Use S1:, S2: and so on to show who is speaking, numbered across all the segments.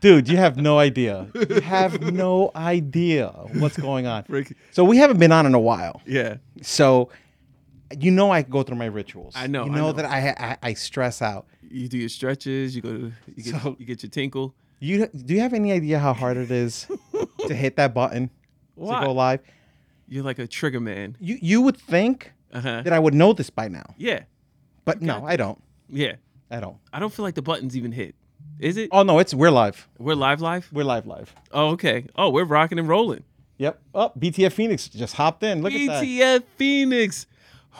S1: dude, you have no idea. You have no idea what's going on.
S2: Rick-
S1: So we haven't been on in a while.
S2: Yeah.
S1: So you know I go through my rituals.
S2: I know,
S1: You
S2: I
S1: know,
S2: know.
S1: that I, I I stress out.
S2: You do your stretches. You go. To, you get.
S1: So-
S2: you get your tinkle.
S1: You do you have any idea how hard it is to hit that button
S2: Why?
S1: to go live?
S2: You're like a trigger man.
S1: You you would think
S2: Uh huh.
S1: that I would know this by now,
S2: Yeah.
S1: but no, I don't.
S2: Yeah.
S1: I don't.
S2: I don't feel like the buttons even hit. Is it?
S1: Oh no, it's we're live.
S2: We're live, live.
S1: We're live live.
S2: Oh, okay. Oh, we're rocking and rolling.
S1: Yep. Oh, BTF Phoenix just hopped in. Look at that.
S2: BTF Phoenix.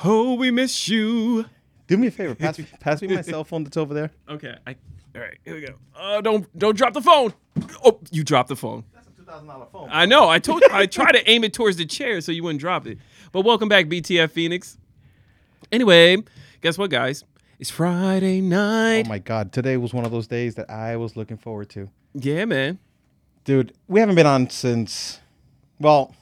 S2: Oh, we miss you.
S1: Do me a favor. Pass, pass me my cell phone that's over there.
S2: Okay. I. All right. Here we go. Oh, don't don't drop the phone. Oh, you dropped the phone.
S1: That's a two thousand dollar phone.
S2: I know. I told. I tried to aim it towards the chair so you wouldn't drop it. But welcome back, BTF Phoenix. Anyway, guess what, guys? It's Friday
S1: oh
S2: night.
S1: my god, today was one of those days that I was looking forward to.
S2: yeah, man.
S1: Dude, we haven't been on since well,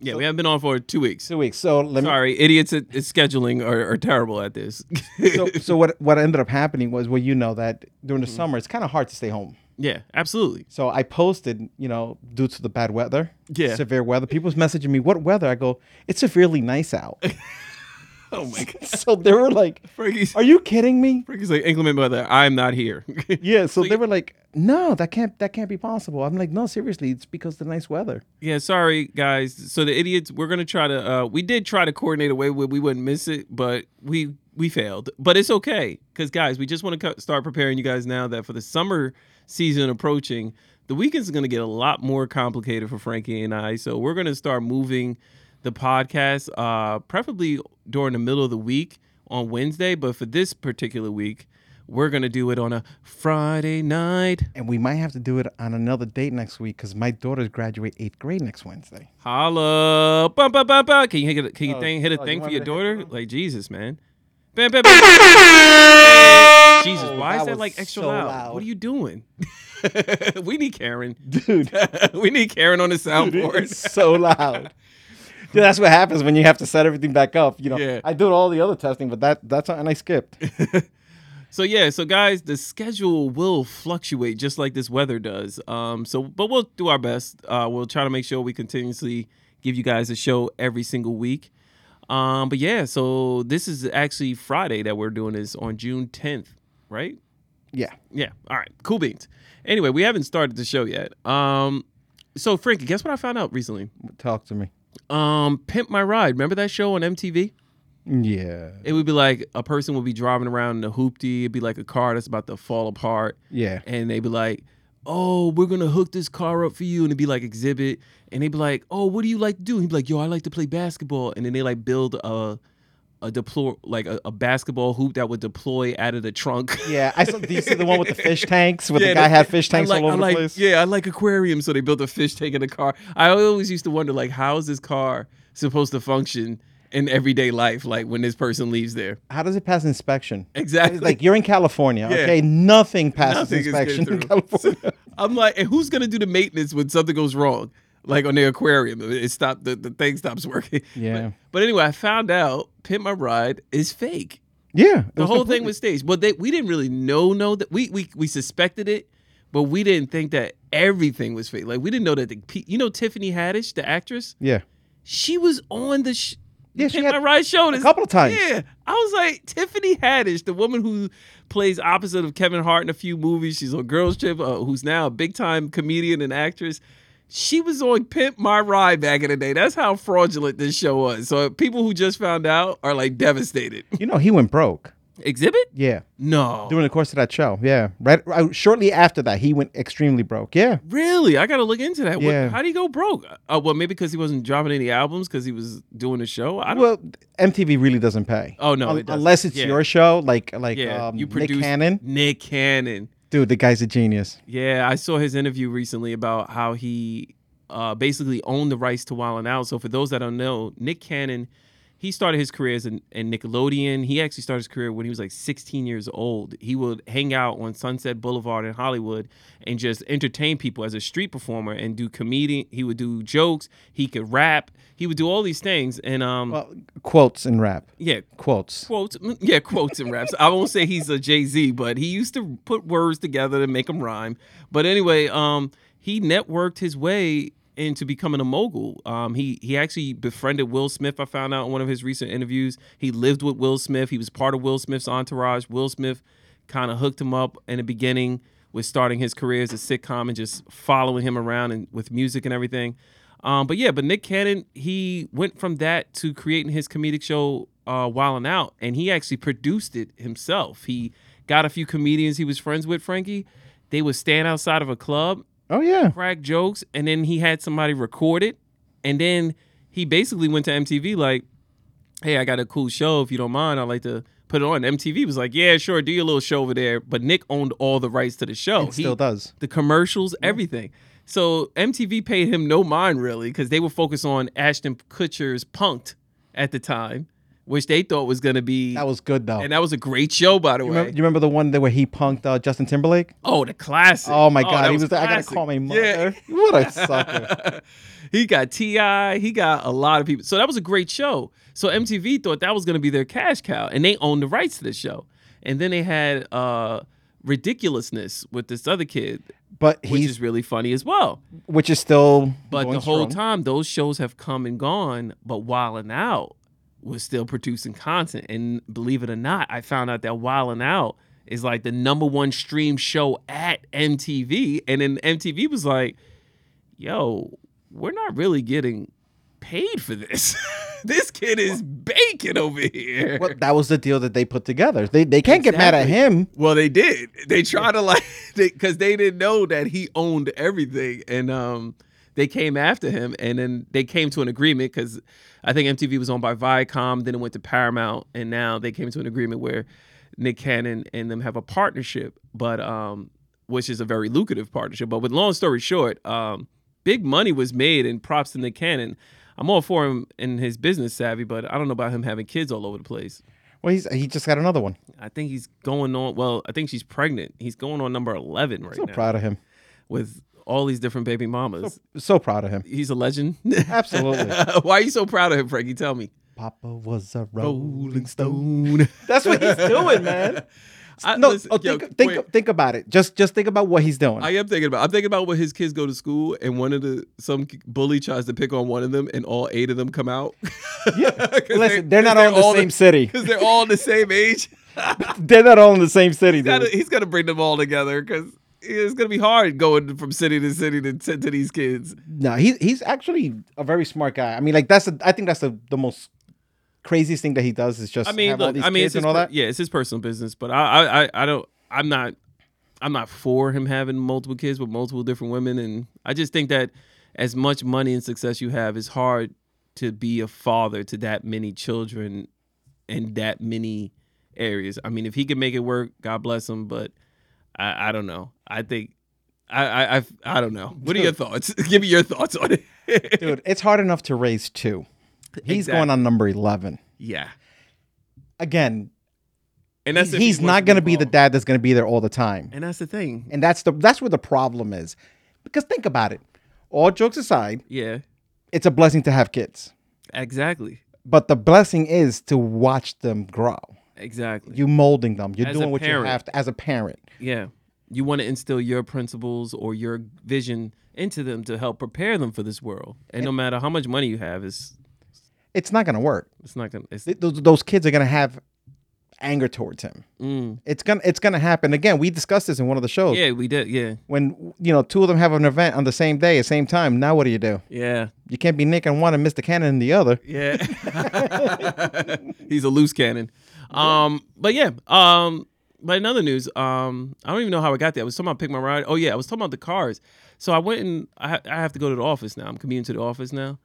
S2: Yeah, we haven't been on for two weeks.
S1: two weeks. So let me
S2: Sorry, idiots at, at scheduling are, are terrible at this.
S1: so, so what what ended up happening was well you know that during
S2: Mm-hmm.
S1: the summer it's kind of hard to stay home
S2: yeah, absolutely.
S1: so i posted you know due to the bad weather
S2: Yeah.
S1: severe weather people was messaging me what weather i go it's severely nice out
S2: Oh my god,
S1: so they were like
S2: Frankie's,
S1: are you kidding me
S2: Frankie's like inclement weather. I'm not here.
S1: yeah so, they were like no that can't that can't be possible i'm like no seriously it's because of the nice weather
S2: yeah, sorry guys. So the idiots, we're gonna try to. Uh, we did try to coordinate a way where we wouldn't miss it, but we we failed. But it's okay, cause guys, we just want to co- start preparing you guys now that for the summer season approaching, the weekends are gonna get a lot more complicated for Frankie and I. So we're gonna start moving the podcast, uh, preferably during the middle of the week on Wednesday. But for this particular week, we're gonna do it on a Friday night.
S1: and we might have to do it on another date next week because my daughters graduate eighth grade next wednesday
S2: Holla. Ba, ba, ba, ba. Can you hit a, can you
S1: Oh,
S2: thing, hit a
S1: oh, you
S2: thing for
S1: want
S2: your
S1: me to hit
S2: daughter?
S1: one?
S2: Like, Jesus, man. Bam, bam, bam. Jesus,
S1: Oh,
S2: why
S1: that
S2: is that
S1: was
S2: like extra
S1: so
S2: loud?
S1: loud.
S2: What are you doing? we need Karen.
S1: dude
S2: we need Karen on the
S1: It's
S2: soundboard.
S1: so loud. Dude, that's what happens when you have to set everything back up. You know,
S2: Yeah.
S1: I did all the other testing, but that that's and I skipped.
S2: so yeah, so guys, the schedule will fluctuate just like this weather does. Um, so but we'll do our best. Uh, we'll try to make sure we continuously give you guys a show every single week. Um, but yeah, so this is actually Friday that we're doing this on June 10th, right?
S1: Yeah,
S2: Yeah. All right. Cool beans. Anyway, we haven't started the show yet. Um, so Frankie, guess what I found out recently?
S1: talk to me.
S2: Um, Pimp My Ride. Remember that show on MTV?
S1: Yeah,
S2: It would be like a person would be driving around in a hoopty. It'd be like a car that's about to fall apart,
S1: yeah.
S2: and they'd be like, "Oh, we're gonna hook this car up for you," and it'd be like exhibit, and they'd be like, "Oh, what do you like to do?" And he'd be like, "Yo, I like to play basketball," and then they like build a a deploy like a, a basketball hoop that would deploy out of the trunk.
S1: Yeah, I saw. Do you see the one with the fish tanks? Where
S2: Yeah,
S1: the guy
S2: they-
S1: had fish
S2: I
S1: tanks
S2: like-
S1: all
S2: I
S1: over
S2: like-
S1: the place.
S2: Yeah, I like aquariums, so they built a fish tank in the car. I always used to wonder, like, how is this car supposed to function in everyday life, like when this person leaves there?
S1: How does it pass inspection?
S2: Exactly.
S1: It's like you're in California,
S2: Yeah.
S1: okay? Nothing passes
S2: Nothing is getting
S1: inspection in
S2: through.
S1: California.
S2: I'm like, and who's gonna do the maintenance when something goes wrong? Like on the aquarium, it stopped the, the thing stops working.
S1: Yeah.
S2: But, but anyway, I found out Pimp My Ride is fake.
S1: yeah, it
S2: The
S1: was
S2: whole
S1: completely-
S2: thing was staged. Well, they we didn't really know know that we we we suspected it, but we didn't think that everything was fake. Like we didn't know that the pe- you know Tiffany Haddish, the actress,
S1: Yeah,
S2: she was on the sh-
S1: Yeah, she
S2: Pimp
S1: had
S2: My Ride show
S1: a
S2: this-
S1: couple of times.
S2: Yeah, I was like Tiffany Haddish, the woman who plays opposite of Kevin Hart in a few movies. She's on Girls Trip, uh, who's now a big time comedian and actress. She was on Pimp My Ride back in the day. That's how fraudulent this show was. So people who just found out are like devastated.
S1: You know, he went broke.
S2: Exhibit?
S1: Yeah,
S2: No.
S1: during the course of that show. Yeah, right. uh, Shortly after that, he went extremely broke. Yeah,
S2: Really, I gotta look into that. What-
S1: Yeah.
S2: How'd he go broke? Uh, well, maybe because he wasn't dropping any albums because he was doing a show. I don't.
S1: Well, MTV really doesn't pay.
S2: Oh, no,
S1: Un-
S2: it doesn't.
S1: unless it's
S2: Yeah.
S1: your show, like like
S2: yeah,
S1: um,
S2: you produced
S1: Nick Cannon.
S2: Nick Cannon.
S1: Dude, the guy's a genius.
S2: Yeah, I saw his interview recently about how he uh, basically owned the rights to Wild 'N Out. So for those that don't know, Nick Cannon, he started his career as a, a Nickelodeon. He actually started his career when he was like 16 years old. He would hang out on Sunset Boulevard in Hollywood and just entertain people as a street performer and do comedian. He would do jokes. He could rap. He would do all these things. And um,
S1: Well, quotes and rap.
S2: yeah,
S1: Quotes.
S2: quotes. mm, Yeah, quotes and raps. I won't say he's a Jay Z, but he used to put words together to make them rhyme. But anyway, um, he networked his way into becoming a mogul. Um, he he actually befriended Will Smith. I found out in one of his recent interviews. He lived with Will Smith. He was part of Will Smith's entourage. Will Smith kind of hooked him up in the beginning with starting his career as a sitcom and just following him around and with music and everything. Um, but yeah, but Nick Cannon, he went from that to creating his comedic show uh, Wildin' Out, and he actually produced it himself. He got a few comedians he was friends with, Frankie. They would stand outside of a club,
S1: Oh yeah.
S2: crack jokes, and then he had somebody record it, and then he basically went to MTV like, "Hey, I got a cool show. If you don't mind, I'd like to put it on." MTV was like, "Yeah, sure, do your little show over there." But Nick owned all the rights to the show.
S1: It still
S2: Oh, He-
S1: does.
S2: the commercials, everything. So MTV paid him no mind really because they were focused on Ashton Kutcher's Punked at the time, which they thought was going to be.
S1: That was good though.
S2: and that was a great show, by the
S1: you,
S2: way.
S1: remember, you remember the one that where he punked uh, Justin Timberlake?
S2: oh, the classic.
S1: Oh my god,
S2: that
S1: he was. I gotta
S2: classic.
S1: call my mother.
S2: Yeah.
S1: What a sucker.
S2: he got Ti. He got a lot of people. So that was a great show. So MTV thought that was going to be their cash cow, and they owned the rights to the show. And then they had uh, ridiculousness with this other kid,
S1: But
S2: which
S1: he's
S2: is really funny as well.
S1: which is still
S2: But
S1: going
S2: the
S1: strong.
S2: whole time, those shows have come and gone. But Wild and Out was still producing content, and believe it or not, I found out that Wild and Out is like the number one stream show at MTV, and then MTV was like, "Yo, we're not really getting paid for this. this kid is baking over here."
S1: Well, that was the deal that they put together. They they can't get mad at
S2: Exactly.
S1: him.
S2: Well, they did. They tried to like because they didn't know that he owned everything, and um, they came after him, and then they came to an agreement because I think MTV was owned by Viacom, then it went to Paramount, and now they came to an agreement where Nick Cannon and them have a partnership, but um, which is a very lucrative partnership. But with long story short, um, big money was made, and props to Nick Cannon. I'm all for him and his business savvy, but I don't know about him having kids all over the place.
S1: Well, he's he just got another one.
S2: I think he's going on. Well, I think she's pregnant. He's going on number eleven right
S1: So
S2: now
S1: proud of him.
S2: with all these different baby mamas.
S1: So proud of him.
S2: he's a legend.
S1: Absolutely.
S2: Why are you so proud of him, Frankie? Tell me.
S1: Papa was a
S2: Rolling
S1: rolling stone.
S2: Stone.
S1: That's what he's doing, man.
S2: I,
S1: No,
S2: listen,
S1: oh,
S2: yo,
S1: think, think,
S2: wait.
S1: think about it. Just just think about what he's doing.
S2: I am thinking about. I'm thinking about when his kids go to school, and one of the some bully tries to pick on one of them, and all eight of them come out.
S1: Yeah.
S2: 'Cause
S1: Listen, they're not all in the same city.
S2: because they're all the same age.
S1: They're not all in the same city. Dude.
S2: gotta, he's gonna bring them all together because it's gonna be hard going from city to city to, to, to these kids.
S1: No, he, he's actually a very smart guy. I mean, like that's a, I think that's the, the most craziest thing that he does is just
S2: I mean,
S1: have all
S2: look,
S1: these
S2: I mean, it's
S1: kids and
S2: his
S1: all
S2: per-
S1: that.
S2: yeah, it's his personal business, but I, I, I, I don't, I'm not, I'm not for him having multiple kids with multiple different women, and I just think that as much money and success you have, it's hard to be a father to that many children in that many areas. I mean, if he can make it work, God bless him, but I, I don't know. I think. I, I I I don't know. What are your thoughts? Give me your thoughts on it.
S1: Dude, it's hard enough to raise two. He's
S2: Exactly.
S1: going on number eleven
S2: yeah,
S1: again.
S2: and that's if he
S1: he's
S2: wants
S1: not going to be the
S2: involved.
S1: dad that's going to be there all the time.
S2: And that's the thing.
S1: And that's the that's where the problem is. Because think about it. All jokes aside,
S2: Yeah,
S1: it's a blessing to have kids.
S2: exactly.
S1: But the blessing is to watch them grow.
S2: Exactly.
S1: You molding them. You're
S2: As a
S1: doing what you
S2: parent.
S1: have to as a parent.
S2: yeah. You want to instill your principles or your vision into them to help prepare them for this world. And no matter how much money you have, it's
S1: It's not gonna work.
S2: it's not gonna. It's,
S1: Th- Those, those kids are gonna have anger towards him.
S2: mm.
S1: It's gonna it's gonna happen. Again, we discussed this in one of the shows.
S2: Yeah, we did. Yeah,
S1: When you know two of them have an event on the same day, at same time. Now what do you do?
S2: yeah,
S1: You can't be Nick on one and Mr. Cannon in the other.
S2: yeah. He's a loose cannon. Um, but yeah. Um, but in other news, um, I don't even know how I got there. I was talking about pick my ride. Oh yeah, I was talking about the cars. So I went and I, ha- I have to go to the office now. I'm commuting to the office now.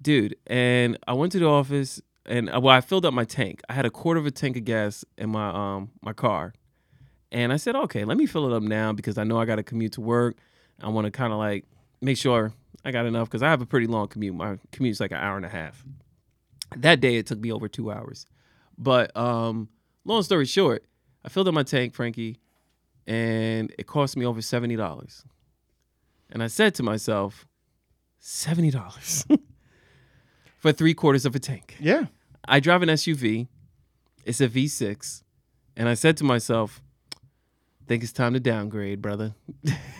S2: dude. And I went to the office, and uh, well, I filled up my tank. I had a quarter of a tank of gas in my um my car, and I said, okay, let me fill it up now because I know I got to commute to work. I want to kind of like make sure I got enough because I have a pretty long commute. My commute's like an hour and a half. that day it took me over two hours. But um, long story short, I filled up my tank, Frankie, and it cost me over seventy dollars. And I said to myself, seventy dollars for three quarters of a tank.
S1: Yeah.
S2: I drive an SUV. It's a V6. And I said to myself, think it's time to downgrade, brother.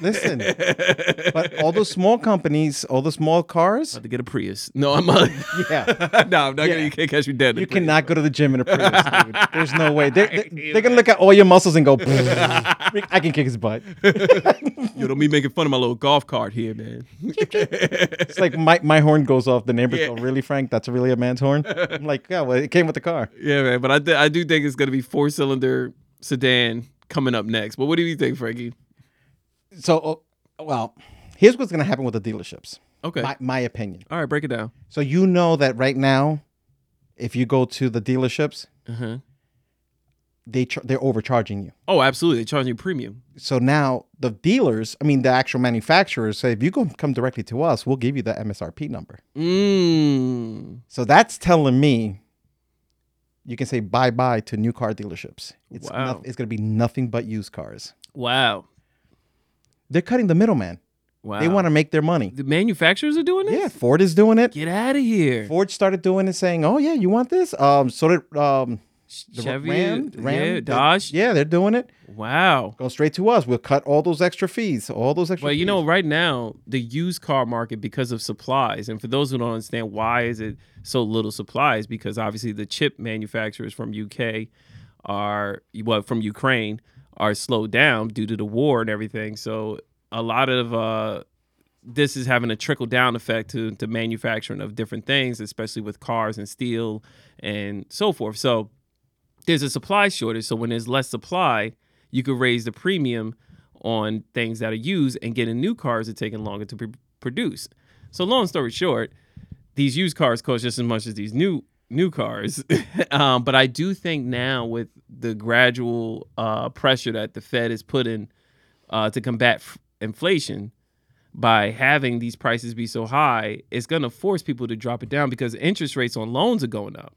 S1: Listen,
S2: About
S1: but all those small companies, all the small cars,
S2: to get a Prius. No, I'm not.
S1: yeah.
S2: no, I'm not gonna.
S1: Yeah.
S2: You can't catch me dead. in a
S1: You
S2: Prius.
S1: cannot go to the gym in a Prius, dude. There's no way. They're, they're, they're gonna look at all your muscles and go, I can kick his butt.
S2: You know me making fun of my little golf cart here, man.
S1: It's like my, my horn goes off. The neighbors
S2: Yeah.
S1: go, really, Frank? That's really a man's horn? I'm like, yeah, well, it came with the car.
S2: yeah, man. But I, th- I do think it's gonna be four cylinder sedan coming up next. But what do you think, Frankie?
S1: So, uh, well, here's what's gonna happen with the dealerships.
S2: Okay.
S1: My, my opinion.
S2: All right, break it down.
S1: So you know that right now, if you go to the dealerships,
S2: Uh huh.
S1: they char- they're overcharging you.
S2: Oh, absolutely. They charge you premium.
S1: So now the dealers, I mean the actual manufacturers, say if you go come directly to us, we'll give you the MSRP number.
S2: Mmm.
S1: So that's telling me you can say bye bye to new car dealerships. It's
S2: Wow.
S1: noth- it's gonna be nothing but used cars.
S2: Wow.
S1: They're cutting the middleman.
S2: Wow.
S1: They want to make their money.
S2: the manufacturers are doing this.
S1: Yeah, Ford is doing it.
S2: Get out of here.
S1: Ford started doing it, saying, "Oh yeah, you want this?" Um, so did um, the
S2: Chevy,
S1: Ram, Ram,
S2: yeah,
S1: they-
S2: Dodge.
S1: yeah, they're doing it.
S2: Wow.
S1: Go straight to us. We'll cut all those extra fees. All those extra.
S2: Well, you
S1: fees.
S2: know, right now the used car market because of supplies, and for those who don't understand why is it so little supplies, because obviously the chip manufacturers from UK are well from Ukraine are slowed down due to the war and everything. So a lot of uh, this is having a trickle down effect to to manufacturing of different things, especially with cars and steel and so forth. So there's a supply shortage. So when there's less supply, you could raise the premium on things that are used and getting new cars are taking longer to pr- produce. So long story short, these used cars cost just as much as these new new cars. um, but I do think now with the gradual uh, pressure that the Fed is putting uh, to combat f- inflation by having these prices be so high, it's going to force people to drop it down because interest rates on loans are going up.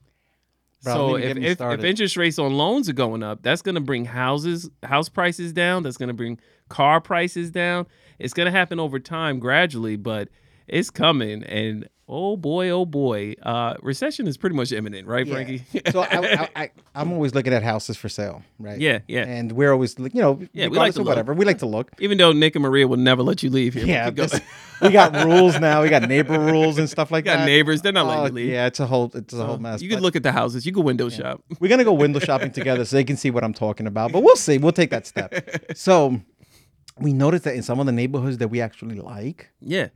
S1: Bro, don't
S2: so
S1: even
S2: if,
S1: get me
S2: if, if
S1: started.
S2: interest rates on loans are going up, that's going to bring houses house prices down. That's going to bring car prices down. It's going to happen over time gradually, but it's coming. And oh boy, oh boy, uh, recession is pretty much imminent, right,
S1: Yeah.
S2: Frankie?
S1: so I, I, I, I'm always looking at houses for sale, right?
S2: yeah, yeah.
S1: And we're always, like, you know,
S2: Yeah, we like
S1: regardless
S2: to
S1: of
S2: look.
S1: whatever, we like to look.
S2: Even though Nick and Maria will never let you leave here. but
S1: Yeah,
S2: keep going.
S1: this- we got rules now. We got neighbor rules and stuff like
S2: you got
S1: that.
S2: neighbors. They're not
S1: Oh,
S2: letting you leave. Oh,
S1: yeah, it's a whole, it's a whole mess.
S2: you could
S1: but
S2: look at the houses. You could window shop.
S1: We're gonna go window shopping together so they can see what I'm talking about. But we'll see. We'll take that step. So we noticed that in some of the neighborhoods that we actually like,
S2: Yeah.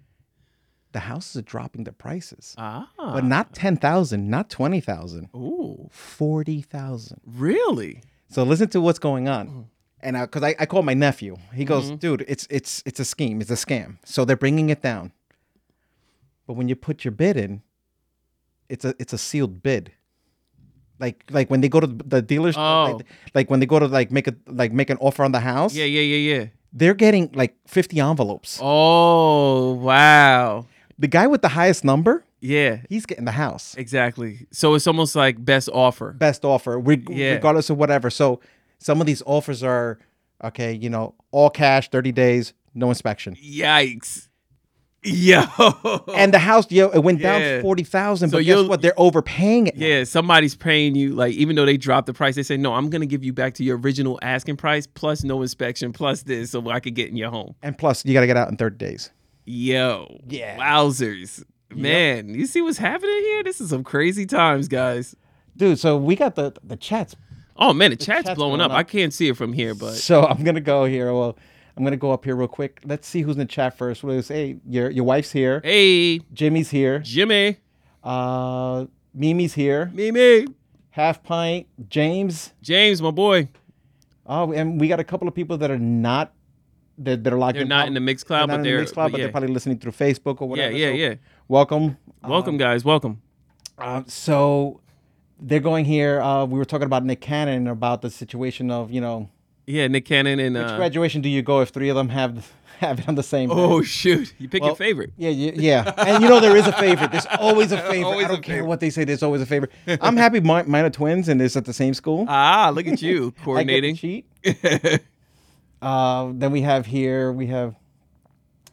S1: the houses are dropping their prices,
S2: Ah.
S1: but not ten thousand, not twenty thousand.
S2: Ooh.
S1: 40,000.
S2: Really?
S1: So listen to what's going on. Mm-hmm. And because I, I called my nephew, he goes, "Dude, it's it's it's a scheme, it's a scam." So they're bringing it down. But when you put your bid in, it's a it's a sealed bid. Like like when they go to the dealers,
S2: Oh.
S1: like, like when they go to like make a like make an offer on the house,
S2: Yeah, yeah, yeah, yeah.
S1: they're getting like fifty envelopes.
S2: Oh wow.
S1: The guy with the highest number,
S2: Yeah.
S1: he's getting the house.
S2: Exactly. So it's almost like best offer.
S1: best offer, reg-
S2: Yeah.
S1: regardless of whatever. So some of these offers are okay, you know, all cash, 30 days, no inspection.
S2: Yikes. Yo.
S1: And the house, yo, it went
S2: Oh. Yeah.
S1: down 40,000,
S2: So
S1: but guess
S2: you'll-
S1: what? They're overpaying it. now.
S2: yeah, somebody's paying you like even though they dropped the price, they say no, I'm gonna give you back to your original asking price plus no inspection plus this, so I could get in your home.
S1: And plus, you got to get out in 30 days.
S2: Yo.
S1: Yeah.
S2: Wowzers. Man, you see what's happening here? This is some crazy times, guys.
S1: Dude, so we got the the chats.
S2: Oh man, the, chat's,
S1: chat's
S2: blowing
S1: blowing
S2: up. I
S1: up.
S2: can't see it from here, but
S1: So I'm going to go here. Well, I'm going to go up here real quick. Let's see who's in the chat first. We'll say, your, your wife's here.
S2: hey,
S1: Jimmy's here.
S2: Jimmy,
S1: Uh, Mimi's here.
S2: Mimi,
S1: Half Pint. James.
S2: James, my boy.
S1: Oh, and we got a couple of people that are not that, that are locked
S2: They're
S1: in.
S2: not in the mix cloud,
S1: not
S2: but
S1: in
S2: they're,
S1: Mixcloud, but
S2: yeah.
S1: they're probably listening through Facebook or
S2: yeah,
S1: whatever.
S2: yeah,
S1: so
S2: yeah.
S1: Welcome.
S2: Welcome, guys. Welcome.
S3: Um,
S1: Uh, so they're going here. Uh, we were talking about Nick Cannon about the situation of you know
S2: Yeah, Nick Cannon and
S3: Which
S2: uh,
S3: graduation do you go if three of them have have it on the same? day?
S2: oh shoot, you pick your
S3: Well,
S2: favorite.
S3: Yeah, yeah, yeah. And you know there is a favorite. There's always a favorite.
S2: Always a
S3: I don't care
S2: favorite.
S3: what they say. There's always a favorite. I'm happy my, mine are twins and it's at the same school.
S2: Ah, look at you
S3: I get to
S2: coordinating.
S3: cheat. Uh, then we have here we have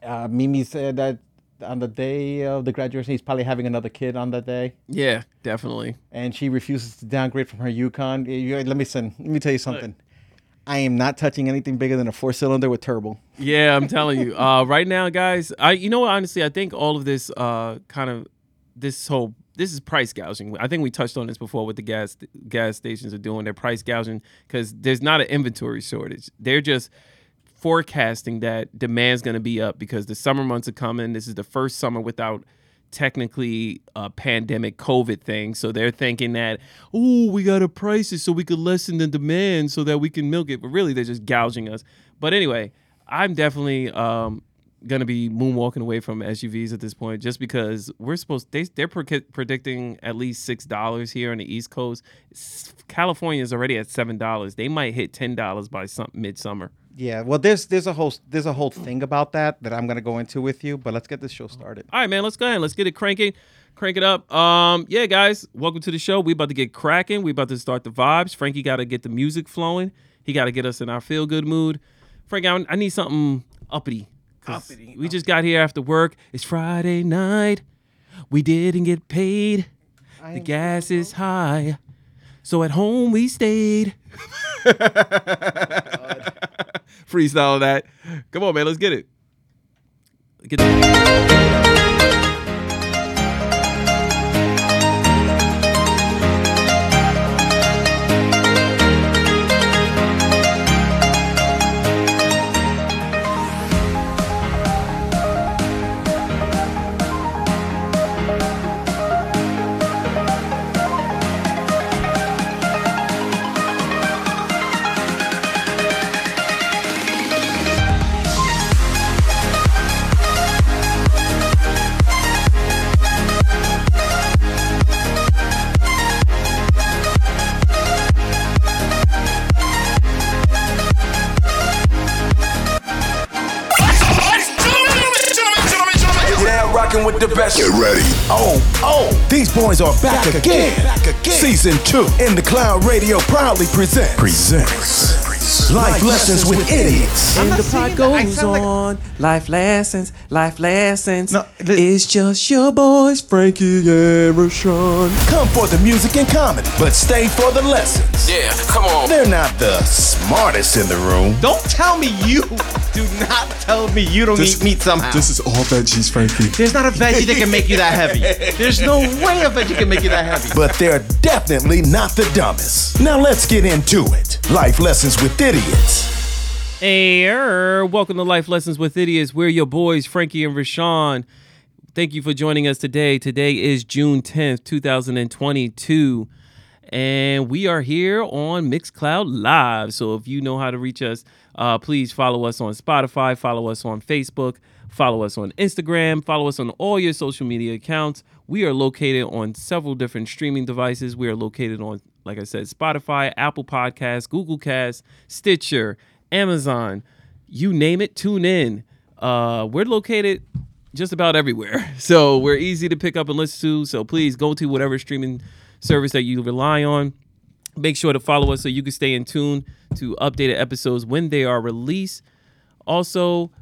S3: uh, Mimi said that on the day of the graduation he's probably having another kid on that day,
S2: yeah, definitely.
S3: and she refuses to downgrade from her Yukon. Eh, you- Let me send, let me tell you something. I am not touching anything bigger than a four cylinder with turbo.
S2: Yeah, I'm telling you. Uh, right now, guys, I you know what? Honestly, I think all of this uh, kind of this whole this is price gouging. I think we touched on this before. What the gas gas stations are doing, they're price gouging because there's not an inventory shortage. They're just forecasting that demand's going to be up because the summer months are coming. This is the first summer without technically a pandemic COVID thing. So they're thinking that, oh, we got to price it so we could lessen the demand so that we can milk it. But really, they're just gouging us. But anyway, I'm definitely um, going to be moonwalking away from SUVs at this point just because we're supposed, they, they're pre- predicting at least $6 here on the East Coast. S- California is already at $7. They might hit $10 by some, midsummer.
S3: Yeah, well, there's there's a whole there's a whole thing about that that I'm gonna go into with you, but let's get this show started.
S2: All right, man, let's go ahead. Let's get it cranking. Crank it up. Um, yeah, guys, welcome to the show. We about to get cracking. We about to start the vibes. Frankie got to get the music flowing. He got to get us in our feel good mood. Frank, I, I need something uppity. 'cause
S3: Uppity,
S2: We just got here after work. It's Friday night. We didn't get paid. The gas is high. So at home we stayed. Freestyle that. Come on, man. Let's get it. Get the-
S4: You're now rocking with the best.
S5: Get ready.
S4: Oh, oh, these boys are back,
S5: Back
S4: again.
S5: again. Back again.
S4: Season two in the cloud radio proudly presents
S5: Presents.
S4: life lessons with idiots.
S6: And the pot goes on. Life lessons, life lessons. it's just your boys, Frankie and Rashawn.
S4: Come for the music and comedy, but stay for the lessons.
S5: Yeah, come on.
S4: They're not the smartest in the room.
S3: Don't tell me you do not tell me you don't
S7: This-
S3: eat meat somehow.
S7: This is all veggies, Frankie.
S3: There's not a veggie that can make you that heavy. There's no way a veggie can make you that heavy.
S4: But they're definitely not the dumbest. Now let's get into it. Life lessons with idiots.
S2: Hey, er, welcome to Life Lessons with Idiots. We're your boys, Frankie and Rashawn. Thank you for joining us today. Today is June 10th, 2022. And we are here on Mixcloud Live. So if you know how to reach us, uh, please follow us on Spotify, follow us on Facebook, follow us on Instagram, follow us on all your social media accounts. We are located on several different streaming devices. We are located on, like I said, Spotify, Apple Podcasts, Google Cast, Stitcher, Amazon, you name it, tune in. Uh, we're located just about everywhere. So we're easy to pick up and listen to. So please go to whatever streaming service that you rely on. Make sure to follow us so you can stay in tune to updated episodes when they are released. Also,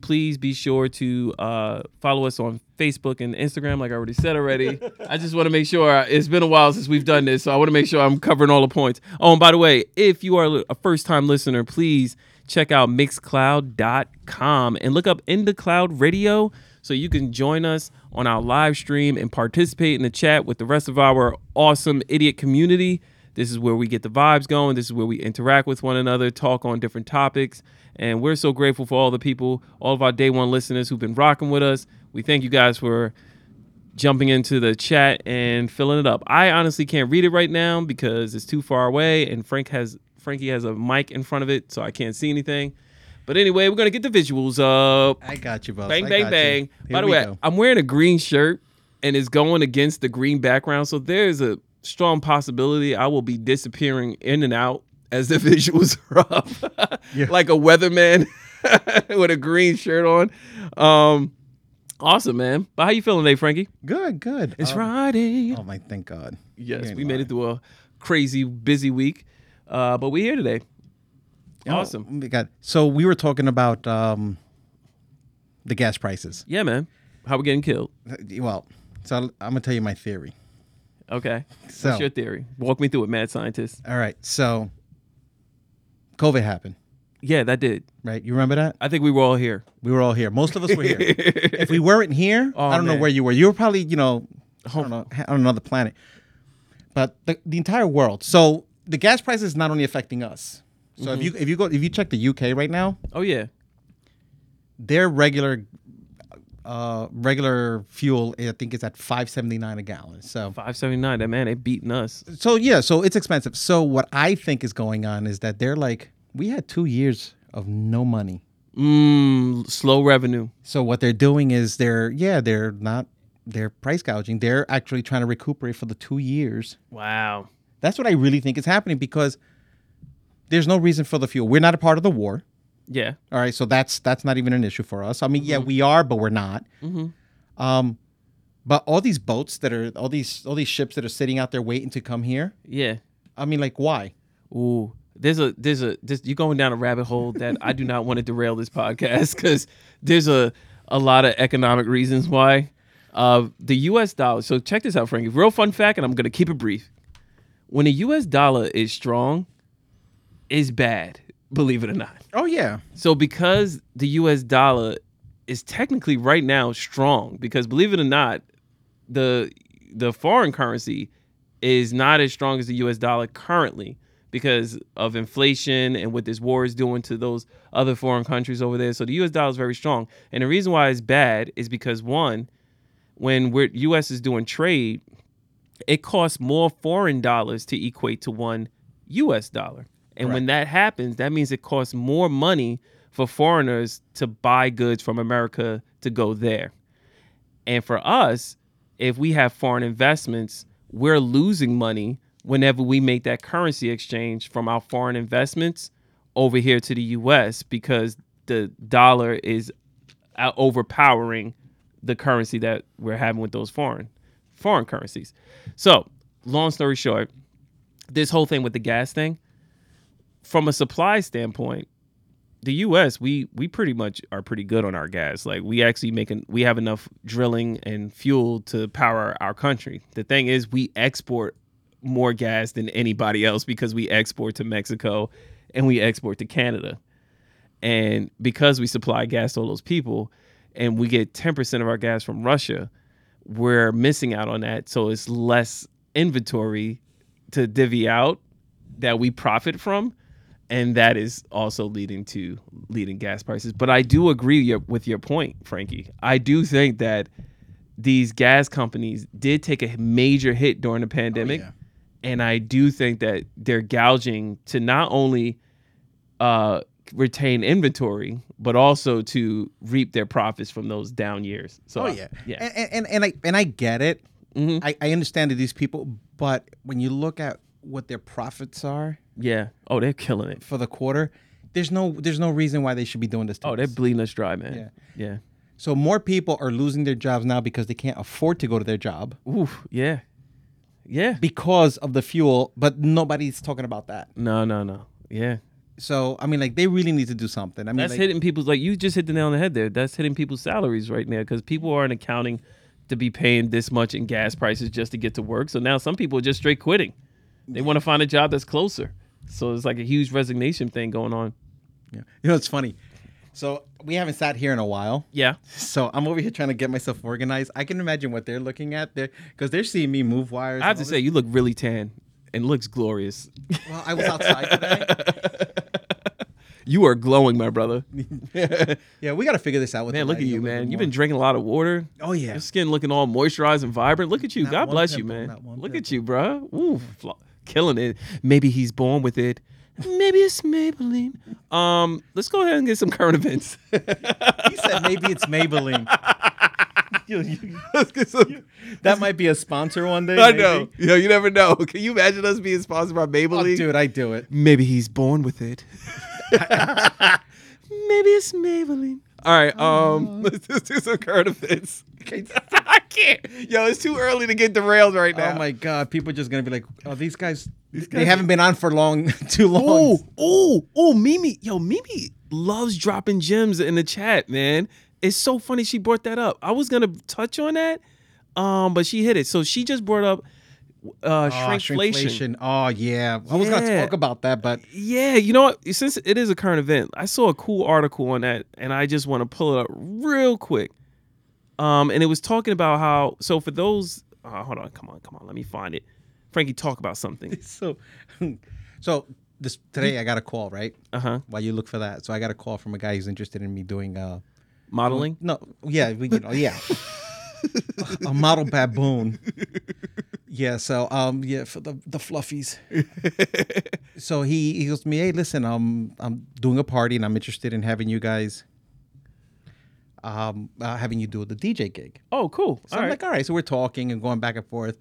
S2: please be sure to uh, follow us on Facebook and Instagram, like I already said already. I just want to make sure uh, it's been a while since we've done this, so I want to make sure I'm covering all the points. Oh, and by the way, if you are a first time listener, please check out mixcloud.com and look up In the Cloud Radio so you can join us on our live stream and participate in the chat with the rest of our awesome idiot community. This is where we get the vibes going. This is where we interact with one another, talk on different topics. And we're so grateful for all the people, all of our day one listeners who've been rocking with us. We thank you guys for jumping into the chat and filling it up. I honestly can't read it right now because it's too far away and Frank has Frankie has a mic in front of it, so I can't see anything. But anyway, we're gonna get the visuals up.
S3: I got you, boss.
S2: Bang,
S3: I
S2: bang,
S3: got
S2: bang.
S3: you. Here
S2: By the
S3: we
S2: way,
S3: go.
S2: I'm wearing a green shirt and it's going against the green background. So there's a strong possibility I will be disappearing in and out as the visuals are up, like a weatherman with a green shirt on. Um, awesome, man. But how you feeling today, Frankie?
S1: Good, good.
S2: It's
S1: Um,
S2: Friday.
S1: Oh my, thank God.
S2: yes,
S1: ain't
S2: we made
S1: lying.
S2: it through a crazy busy week, uh, but we're here today.
S1: Oh,
S2: Awesome.
S1: we got- So we were talking about um, the gas prices.
S2: Yeah, man. How we getting killed?
S1: Well, so I'm gonna tell you my theory.
S2: Okay.
S1: So
S2: What's your theory? Walk me through it, mad scientist.
S1: all right, so COVID happened,
S2: Yeah, that did.
S1: right? You remember that?
S2: I think we were all here.
S1: We were all here. Most of us were here. if we weren't here,
S2: Oh,
S1: I don't
S2: man.
S1: know where you were. You were probably, you know, I don't know, on another planet. But the, the entire world. So the gas price is not only affecting us. So
S2: Mm-hmm.
S1: if you if you go if you check the UK right now,
S2: Oh yeah.
S1: their regular uh regular fuel I think is at 5.79 a gallon. So
S2: Five seventy nine. That man, they beating us.
S1: so yeah, so it's expensive. So what I think is going on is that they're like we had 2 years of no money.
S2: Mmm. Slow revenue.
S1: So what they're doing is they're yeah they're not they're price gouging. They're actually trying to recuperate for the two years.
S2: Wow.
S1: That's what I really think is happening because there's no reason for the fuel. We're not a part of the war.
S2: Yeah.
S1: All right, so that's that's not even an issue for us. I mean, yeah, we are, but we're not. Um, but all these boats that are all these all these ships that are sitting out there waiting to come here.
S2: Yeah.
S1: I mean, like why?
S2: Ooh, there's a there's a this, you're going down a rabbit hole that I do not want to derail this podcast because there's a a lot of economic reasons why. Uh, the U.S. dollar. So check this out, Frankie. Real fun fact, and I'm gonna keep it brief. When the U.S. dollar is strong, is bad. Believe it or not.
S1: Oh yeah,
S2: So because the US dollar is technically right now strong because believe it or not the the foreign currency is not as strong as the US dollar currently because of inflation and what this war is doing to those other foreign countries over there. So the US dollar is very strong. And the reason why it's bad is because one when we're US is doing trade it costs more foreign dollars to equate to one US dollar. And when that happens, that means it costs more money for foreigners to buy goods from America to go there. And for us, if we have foreign investments, we're losing money whenever we make that currency exchange from our foreign investments over here to the US because the dollar is out- overpowering the currency that we're having with those foreign foreign currencies. So, long story short, this whole thing with the gas thing, from a supply standpoint, the U.S. we we pretty much are pretty good on our gas. Like we actually making we have enough drilling and fuel to power our country. The thing is, we export more gas than anybody else because we export to Mexico and we export to Canada. And because we supply gas to all those people, and we get ten percent of our gas from Russia, we're missing out on that. So it's less inventory to divvy out that we profit from, and that is also leading to leading gas prices. But I do agree your, with your point, Frankie. I do think that these gas companies did take a major hit during the pandemic,
S1: Oh,
S2: and I do think that they're gouging to not only uh, retain inventory but also to reap their profits from those down years. So
S1: oh
S2: I-
S1: yeah,
S2: yeah. Mm-hmm.
S1: And and, and- and I and I get it. I, I understand that these people, but when you look at what their profits are
S2: Yeah. Oh, they're killing it.
S1: for the quarter, there's no there's no reason why they should be doing this. To
S2: Oh, they're
S1: us.
S2: bleeding us dry, man. Yeah.
S1: So more people are losing their jobs now because they can't afford to go to their job
S2: Oof. Yeah. Yeah.
S1: because of the fuel, but nobody's talking about that.
S2: No, no, no. Yeah.
S1: So I mean, like they really need to do something. I mean,
S2: That's
S1: like,
S2: hitting people's like you just hit the nail on the head there. That's hitting people's salaries right now because people aren't accounting to be paying this much in gas prices just to get to work. So now some people are just straight quitting. They want to find a job that's closer. So it's like a huge resignation thing going on.
S1: yeah. you know, it's funny. So we haven't sat here in a while.
S2: Yeah.
S1: So I'm over here trying to get myself organized. I can imagine what they're looking at there because they're seeing me move wires.
S2: I have to
S1: and
S2: say, you look really tan and looks glorious.
S1: all this- well, I was outside today.
S2: You are glowing, my brother.
S1: yeah, we got to figure this out. With
S2: Man,
S1: the
S2: look at
S1: lighting a
S2: you,
S1: little
S2: man.
S1: bit
S2: You've been
S1: more.
S2: drinking a lot of water.
S1: Oh, yeah.
S2: Your skin looking all moisturized and vibrant. Look at you.
S1: Not
S2: God
S1: one
S2: bless you,
S1: pimple,
S2: man.
S1: not one
S2: Look at you, bruh. Ooh, fl- killing it. Maybe he's born with it. Maybe it's Maybelline. Um, let's go ahead and get some current events.
S1: He said maybe it's Maybelline.
S3: that might be a sponsor one day.
S2: I
S3: maybe.
S2: know. You know, you never know. Can you imagine us being sponsored by
S3: Oh,
S2: Maybelline?
S3: dude, I do it.
S2: Maybe he's born with it. Maybe it's Maybelline. All right,
S1: Oh.
S2: um, let's just do some current events. I can't. Yo, it's too early to get derailed right now.
S3: Oh my god, people are just gonna be like, "Oh, these guys, they
S2: guys-
S3: haven't been on for long, too long."
S2: Oh, oh, oh, Mimi. Yo, Mimi loves dropping gems in the chat, man. It's so funny she brought that up. I was gonna touch on that, um, but she hit it. So she just brought up uh
S3: Oh,
S2: shrinkflation.
S3: shrinkflation. Oh yeah, I was gonna
S2: Yeah.
S3: talk about that, but
S2: Yeah, you know what? Since it is a current event, I saw a cool article on that, and I just want to pull it up real quick. Um, and it was talking about how. So for those, uh, hold on, come on, come on, let me find it. Frankie, talk about something.
S3: so, so this today I got a call right
S2: Uh huh.
S3: while you look for that. So I got a call from a guy who's interested in me doing uh
S2: Modeling.
S3: no yeah we you know yeah a model baboon. Yeah, so um yeah for the the fluffies. so he he goes to me, hey, listen, um I'm doing a party and I'm interested in having you guys. Um, uh, having you do the DJ gig.
S2: Oh, cool.
S3: So
S2: All
S3: I'm
S2: right.
S3: like, all right, so we're talking and going back and forth.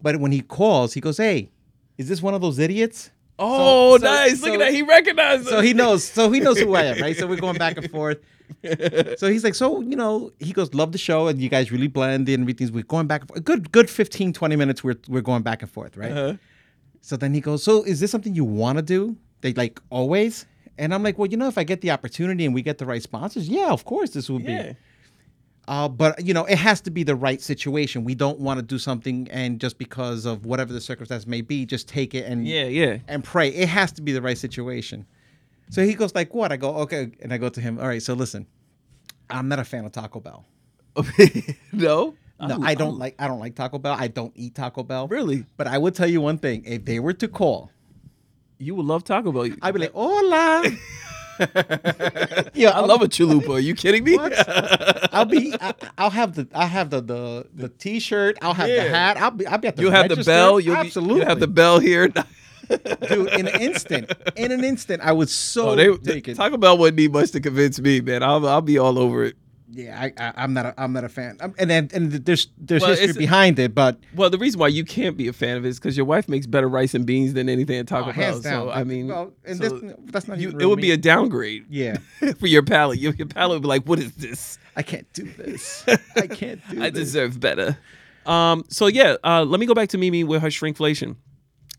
S3: But when he calls, he goes, hey, is this one of those idiots?
S2: Oh,
S3: so-
S2: nice! Look
S3: so-
S2: at that. He recognized.
S3: So
S2: us.
S3: he knows. So he knows who I am, right? So we're going back and forth. So he's like, so, you know, he goes, love the show. And you guys really blend in. Everything's, we're going back and forth. A good, good 15, 20 minutes. We're, we're going back and forth, right? So then he goes, so is this something you want to do? They like always? And I'm like, well, you know, if I get the opportunity and we get the right sponsors, yeah, of course this would
S2: Yeah.
S3: be. Uh, but you know, it has to be the right situation. We don't want to do something and just because of whatever the circumstance may be, just take it and
S2: Yeah. Yeah.
S3: and pray. It has to be the right situation. So he goes like, "What?" I go, "Okay," and I go to him. All right, so listen, I'm not a fan of Taco Bell.
S2: no.
S3: No, I don't like I don't like Taco Bell. I don't eat Taco Bell.
S2: Oh, Really?
S3: But I would tell you one thing: if they were to call,
S2: You would love Taco Bell.
S3: I'd be like, "Hola." yeah,
S2: I love a chalupa. Are you kidding me?
S3: I'll be. I, I'll have the. I have the the the T-shirt. I'll have
S2: Yeah.
S3: the hat. I'll be. I'll be at the.
S2: You'll have the
S3: register.
S2: bell. You'll be-
S3: absolutely
S2: You'll have the bell here.
S3: dude in an instant. In an instant, I would so
S2: Oh, they,
S3: take it.
S2: Taco Bell wouldn't need much to convince me, man. I'll, I'll be all over it.
S3: yeah, I, I, I'm not. A, I'm not a fan. I'm, and then and there's there's
S2: Well,
S3: history
S2: it's-
S3: behind it, but
S2: Well, the reason why you can't be a fan of it is because your wife makes better rice and beans than anything at Taco
S3: oh,
S2: Bell.
S3: hands down.
S2: So I mean,
S3: well, and
S2: so
S3: this, that's not.
S2: you,
S3: even
S2: it
S3: real
S2: would be a
S3: meat.
S2: downgrade
S3: Yeah,
S2: for your palate. Your, your palate would be like, "What is this?
S3: I can't do this. I can't do
S2: I
S3: this.
S2: deserve better." Um. So yeah, uh, let me go back to Mimi with her shrinkflation.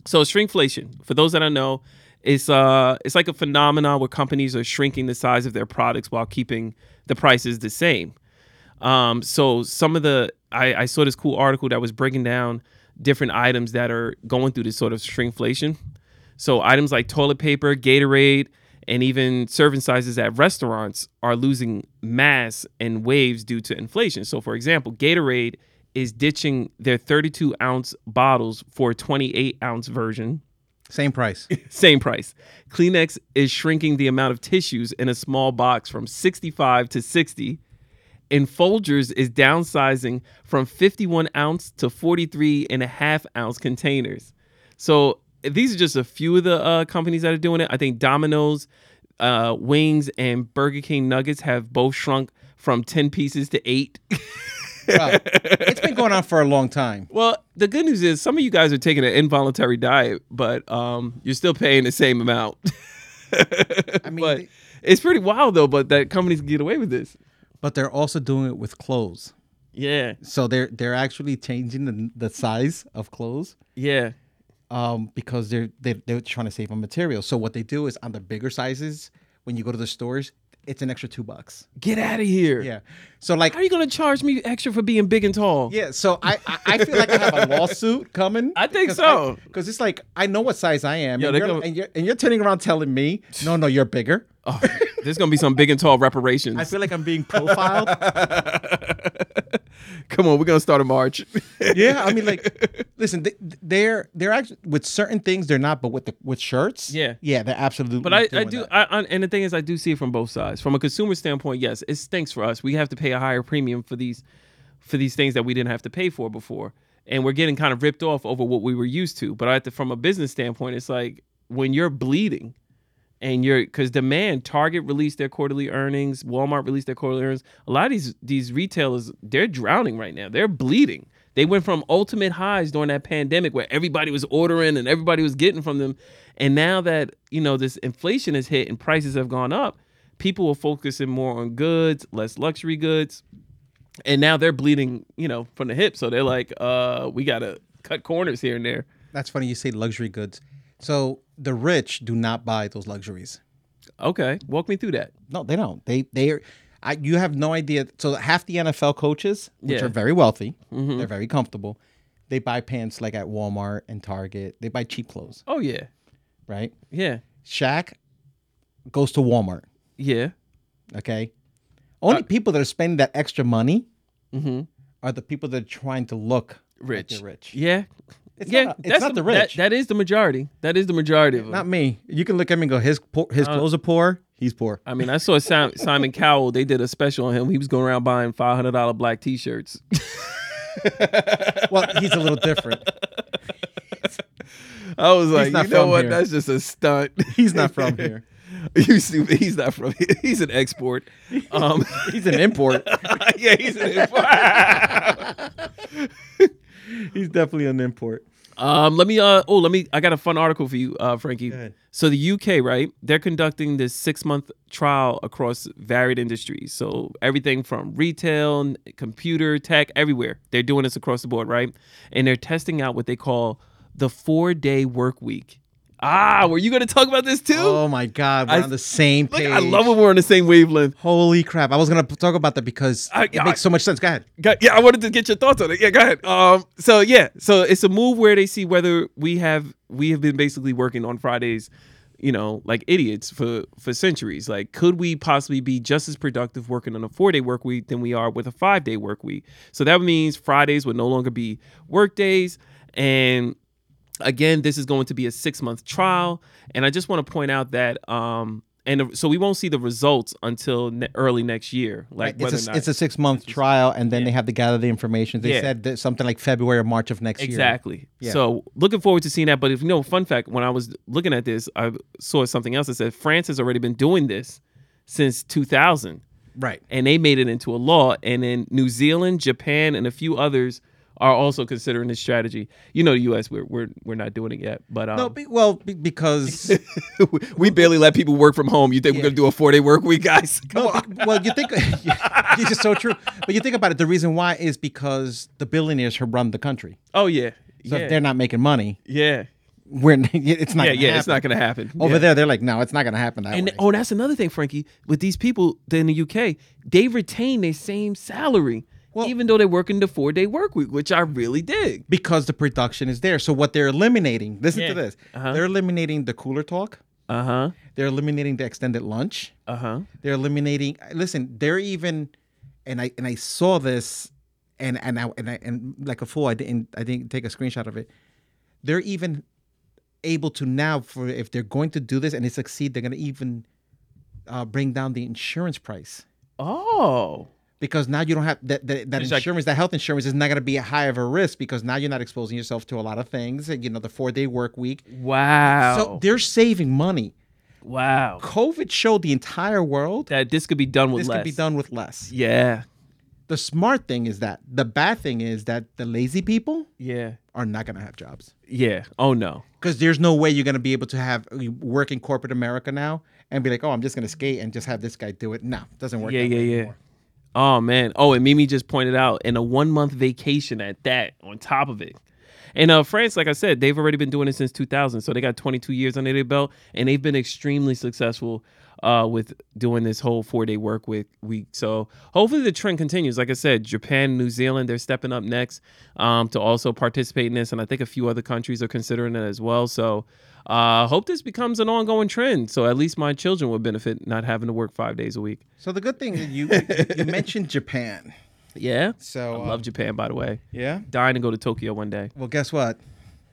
S2: So shrinkflation, for those that don't know, it's uh it's like a phenomenon where companies are shrinking the size of their products while keeping the prices the same. Um, so some of the I, I saw this cool article that was breaking down different items that are going through this sort of shrinkflation. So items like toilet paper, Gatorade, and even serving sizes at restaurants are losing mass and waves due to inflation. So for example, Gatorade is ditching their 32 ounce bottles for a 28 ounce version
S3: Same price.
S2: same price. Kleenex is shrinking the amount of tissues in a small box from 65 to 60, and Folgers is downsizing from 51 ounce to 43 and a half ounce containers. So these are just a few of the uh, companies that are doing it. I think Domino's, uh, Wings, and Burger King Nuggets have both shrunk from 10 pieces to eight.
S3: Bro, it's been going on for a long time.
S2: Well, the good news is some of you guys are taking an involuntary diet, but um, you're still paying the same amount.
S3: I mean,
S2: but
S3: they-
S2: it's pretty wild though. But that companies can get away with this.
S3: but they're also doing it with clothes.
S2: Yeah,
S3: So they're they're actually changing the, the size of clothes.
S2: yeah,
S3: um, because they're they, they're trying to save on material. So what they do is on the bigger sizes, when you go to the stores, it's an extra two bucks.
S2: get out of here.
S3: Yeah. So like
S2: how are you gonna charge me extra for being big and tall?
S3: yeah, so I, I I feel like I have a lawsuit coming.
S2: I think so.
S3: Because it's like I know what size I am,
S2: Yo,
S3: and,
S2: they
S3: you're,
S2: go-
S3: and you're and you're turning around telling me, no, no, you're bigger.
S2: Oh, there's gonna be some big and tall reparations.
S3: I feel like I'm being profiled.
S2: Come on, we're gonna start a march.
S3: yeah, I mean, like, listen, they, they're they're actually with certain things they're not, but with the with shirts,
S2: Yeah.
S3: yeah, they're absolutely.
S2: But I, I
S3: doing
S2: do,
S3: that.
S2: I, I, and the thing is, I do see it from both sides. From a consumer standpoint, yes, it stinks for us. We have to pay a higher premium for these, for these things that we didn't have to pay for before, and we're getting kind of ripped off over what we were used to. But I, from a business standpoint, it's like when you're bleeding, and you're because demand target released their quarterly earnings walmart released their quarterly earnings a lot of these these retailers they're drowning right now they're bleeding they went from ultimate highs during that pandemic where everybody was ordering and everybody was getting from them and now that you know this inflation has hit and prices have gone up people are focusing more on goods less luxury goods and now they're bleeding you know from the hip so they're like uh we gotta cut corners here and there
S3: That's funny you say luxury goods. So the rich do not buy those luxuries.
S2: okay walk me through that
S3: No, they don't. They they are. I, you have no idea. So half the NFL coaches, which
S2: Yeah. Mm-hmm.
S3: are very wealthy, they're very comfortable. They buy pants like at Walmart and Target. They buy cheap clothes,
S2: oh yeah
S3: right?
S2: yeah
S3: Shaq goes to Walmart.
S2: yeah
S3: Okay, only
S2: Uh,
S3: people that are spending that extra money are the people that are trying to look like
S2: Mm-hmm. rich.
S3: they're rich.
S2: Yeah.
S3: It's
S2: yeah,
S3: not- it's
S2: that's
S3: not the
S2: that-
S3: rich.
S2: that is the majority. That is the majority of them.
S3: Not me. You can look at me and go, his poor, his
S2: Uh,
S3: clothes are poor. He's poor.
S2: I mean, I saw Simon, Simon Cowell. They did a special on him. He was going around buying five hundred dollar black t shirts.
S3: Well, he's a little different.
S2: I was like,
S3: not
S2: you know
S3: from
S2: what?
S3: here.
S2: That's just a stunt.
S3: He's not from here.
S2: you stupid. He's not from. Here. He's an export. Um,
S3: He's an import.
S2: yeah, he's an import.
S3: He's definitely an import.
S2: Um, let me uh oh let me I got a fun article for you, uh Frankie. So the UK, right? They're conducting this six month trial across varied industries. So everything from retail, n- computer, tech, everywhere. They're doing this across the board, right? And they're testing out what they call the four day work week. Ah, were you gonna talk about this too?
S3: Oh my God, we're
S2: I-
S3: on the same
S2: Look,
S3: page.
S2: I love when we're on the same wavelength.
S3: Holy crap! I was gonna p- talk about that because
S2: I-
S3: it makes so much sense. Go ahead.
S2: Go- yeah, I wanted to get your thoughts on it. Yeah, go ahead. Um, so yeah, so it's a move where they see whether we have we have been basically working on Fridays, you know, like idiots for for centuries. Like, could we possibly be just as productive working on a four day work week than we are with a five day work week? So that means Fridays would no longer be work days, and again, this is going to be a six month trial, and I just want to point out that um. And so we won't see the results until ne- early next year. Like whether
S3: It's
S2: or
S3: a,
S2: not
S3: it's a six month trial, and then they have to gather the information. They
S2: Yeah.
S3: said that something like February or March of next
S2: Exactly. So looking forward to seeing that. But if you know, fun fact, when I was looking at this, I saw something else that said France has already been doing this since 2000,
S3: year. Right.
S2: and they made it into a law. And then New Zealand, Japan, and a few others are also considering this strategy. You know, the U.S. we're we're, we're not doing it yet, but um,
S3: No, be, well, be, because
S2: we barely let people work from home. You think we're gonna do a four day work week, guys? Come
S3: no,
S2: on.
S3: be- well, you think it's just so true. But you think about it. The reason why is because the billionaires have run the country.
S2: Oh yeah,
S3: So
S2: yeah,
S3: if they're not making money,
S2: yeah,
S3: we're it's not.
S2: yeah,
S3: gonna
S2: yeah. It's
S3: happen.
S2: not gonna happen
S3: Over
S2: Yeah.
S3: there, they're like, no, it's not gonna happen that
S2: And
S3: way.
S2: oh, that's another thing, Frankie. With these people th- in the UK, they retain their same salary, even though they're working the four day work week, which I really dig.
S3: because the production is there. So what they're eliminating, listen
S2: Yeah. Uh-huh.
S3: to this. They're eliminating the cooler talk.
S2: Uh huh.
S3: They're eliminating the extended lunch.
S2: Uh huh.
S3: They're eliminating listen, they're even and I and I saw this and and I and I and like a fool I didn't I didn't take a screenshot of it. They're even able to now for if they're going to do this and they succeed, they're gonna even uh, bring down the insurance price.
S2: Oh.
S3: Because now you don't have that that, that
S2: It's like-
S3: insurance, that health insurance is not going to be a high of a risk because now you're not exposing yourself to a lot of things. You know, the four day work week.
S2: Wow.
S3: So they're saving money.
S2: wow.
S3: COVID showed the entire world
S2: That this could be done with
S3: this
S2: less.
S3: could be done with less.
S2: Yeah.
S3: The smart thing is that the bad thing is that the lazy people
S2: Yeah.
S3: are not going to have jobs
S2: Yeah. Oh no.
S3: because there's no way you're going to be able to have you work in corporate America now and be like, oh, I'm just going to skate and just have this guy do it. No, doesn't work.
S2: Yeah.
S3: that
S2: Yeah.
S3: way
S2: Yeah.
S3: anymore.
S2: Oh man. Oh, and Mimi just pointed out, and a one month vacation at that on top of it. And uh, France, like I said, they've already been doing it since 2000, so they got 22 years under their belt, and they've been extremely successful uh, with doing this whole four-day work week. week. So hopefully the trend continues. Like I said, Japan, New Zealand, they're stepping up next um, to also participate in this, and I think a few other countries are considering it as well. So uh, hope this becomes an ongoing trend. So at least my children will benefit not having to work five days a week.
S3: So the good thing is you you- you mentioned Japan.
S2: Yeah.
S3: So,
S2: I
S3: um,
S2: love Japan, by the way.
S3: Yeah.
S2: Dying to go to Tokyo one day.
S3: Well, guess what?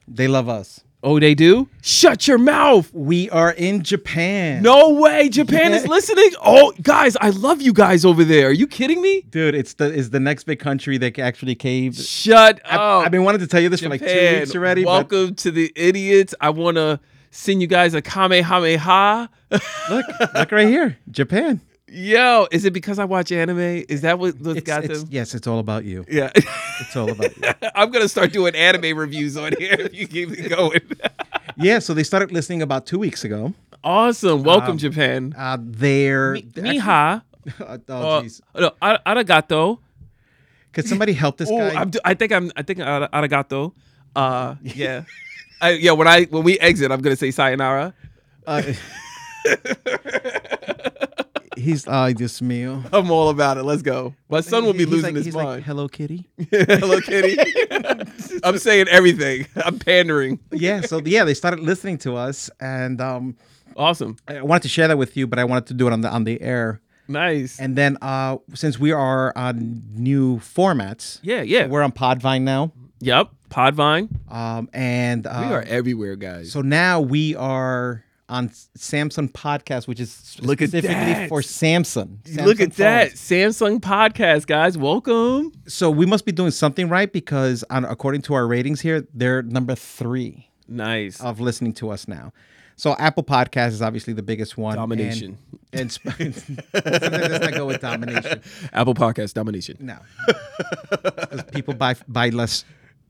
S3: They love us.
S2: Oh, they do? Shut your mouth.
S3: We are in Japan.
S2: No way. Japan is
S3: Yeah.
S2: listening. Oh, guys, I love you guys over there. Are you kidding me?
S3: dude, it's the is the next big country that actually caved.
S2: Shut up.
S3: I've been wanting to tell you this
S2: Japan,
S3: for like two weeks already. but-
S2: Welcome to the idiots. I want to send you guys a kamehameha.
S3: Look, look right here, Japan.
S2: Yo, is it because I watch anime? Is that what what
S3: It's,
S2: got
S3: it's-
S2: them?
S3: yes, it's all about you.
S2: Yeah.
S3: It's all about you.
S2: I'm gonna start doing anime reviews on here if you keep it going.
S3: Yeah, so they started listening about two weeks ago.
S2: awesome. Welcome, Japan.
S3: Uh, their
S2: Miha.
S3: Uh,
S2: Uh,
S3: oh, jeez.
S2: no, ar- arigato.
S3: Could somebody help this
S2: Oh,
S3: guy?
S2: I'm, do- I think I'm. I think ar- arigato. Uh, yeah, I, yeah. When I when we exit, I'm gonna say sayonara.
S3: Uh, he's uh, this meal.
S2: I'm all about it. Let's go. My son will be
S3: He's
S2: losing
S3: like-
S2: his
S3: he's like,
S2: mind.
S3: Hello, Kitty.
S2: Hello, Kitty. I'm saying everything. I'm pandering.
S3: yeah. So yeah, they started listening to us, and um,
S2: Awesome.
S3: I I wanted to share that with you, but I wanted to do it on the on the air.
S2: Nice.
S3: And then uh, since we are on new formats,
S2: yeah, yeah.
S3: we're on Podvine now,
S2: yep. Podvine.
S3: um, and uh,
S2: We are everywhere, guys.
S3: So now we are on S- Samsung Podcast, which is
S2: Look at
S3: specifically
S2: that.
S3: for Samsung.
S2: Look at
S3: Samsung
S2: that.
S3: phones.
S2: Samsung podcast, guys. Welcome.
S3: So we must be doing something right because, on, according to our ratings here, they're number three
S2: Nice.
S3: of listening to us now. So Apple Podcast is obviously the biggest one. and-
S2: Domination.
S3: And, sp- let's not go with domination.
S2: Apple Podcast domination.
S3: No, 'Cause people buy buy less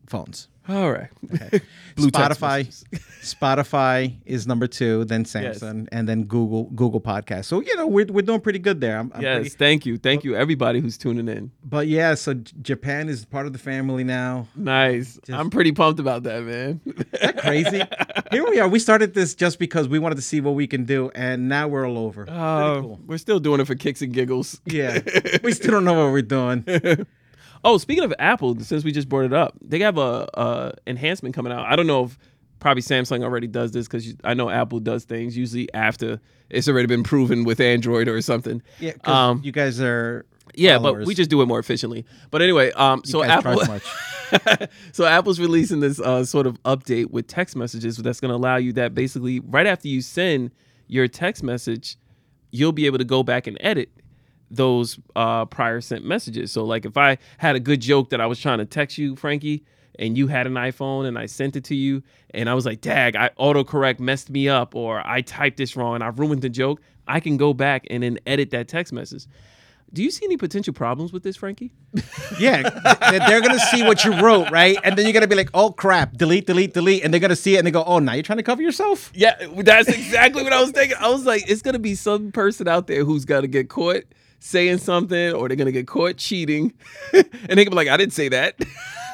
S3: phones.
S2: All right. text
S3: Spotify, Spotify is number two, then Samsung, and then Google Google Podcast. So you know we're we're doing pretty good there. I'm, I'm
S2: Yes.
S3: pretty-
S2: Thank you. Thank you, everybody who's tuning in.
S3: but yeah, so J- Japan is part of the family now.
S2: Nice. I'm pretty pumped about that, man.
S3: Crazy. Here we are. We started this just because we wanted to see what we can do, and now we're all over.
S2: Uh, We're still doing it for kicks and giggles.
S3: yeah, we still don't know what we're doing.
S2: Oh, speaking of Apple, since we just brought it up, they have a, a enhancement coming out. I don't know if probably Samsung already does this because I know Apple does things usually after it's already been proven with Android or something.
S3: Yeah, 'cause
S2: Um,
S3: you guys are.
S2: yeah, but
S3: followers.
S2: we just do it more efficiently. But anyway, um,
S3: You
S2: so
S3: guys charge
S2: Apple,
S3: much.
S2: so Apple's releasing this uh, sort of update with text messages that's going to allow you that basically right after you send your text message, you'll be able to go back and edit those uh, prior sent messages. So like if I had a good joke that I was trying to text you, Frankie, and you had an iPhone and I sent it to you, and I was like, "Dag, I autocorrect messed me up, or I typed this wrong, and I ruined the joke." I can go back and then edit that text message. Do you see any potential problems with this, Frankie?
S3: Yeah, th- th- they're gonna see what you wrote, right? And then you're gonna be like, "Oh crap, delete, delete, delete," and they're gonna see it and they go, "Oh, now you're trying to cover yourself."
S2: Yeah, that's exactly what I was thinking. I was like, it's gonna be some person out there who's gonna get caught saying something, or they're gonna get caught cheating, and they can be like, I didn't say that.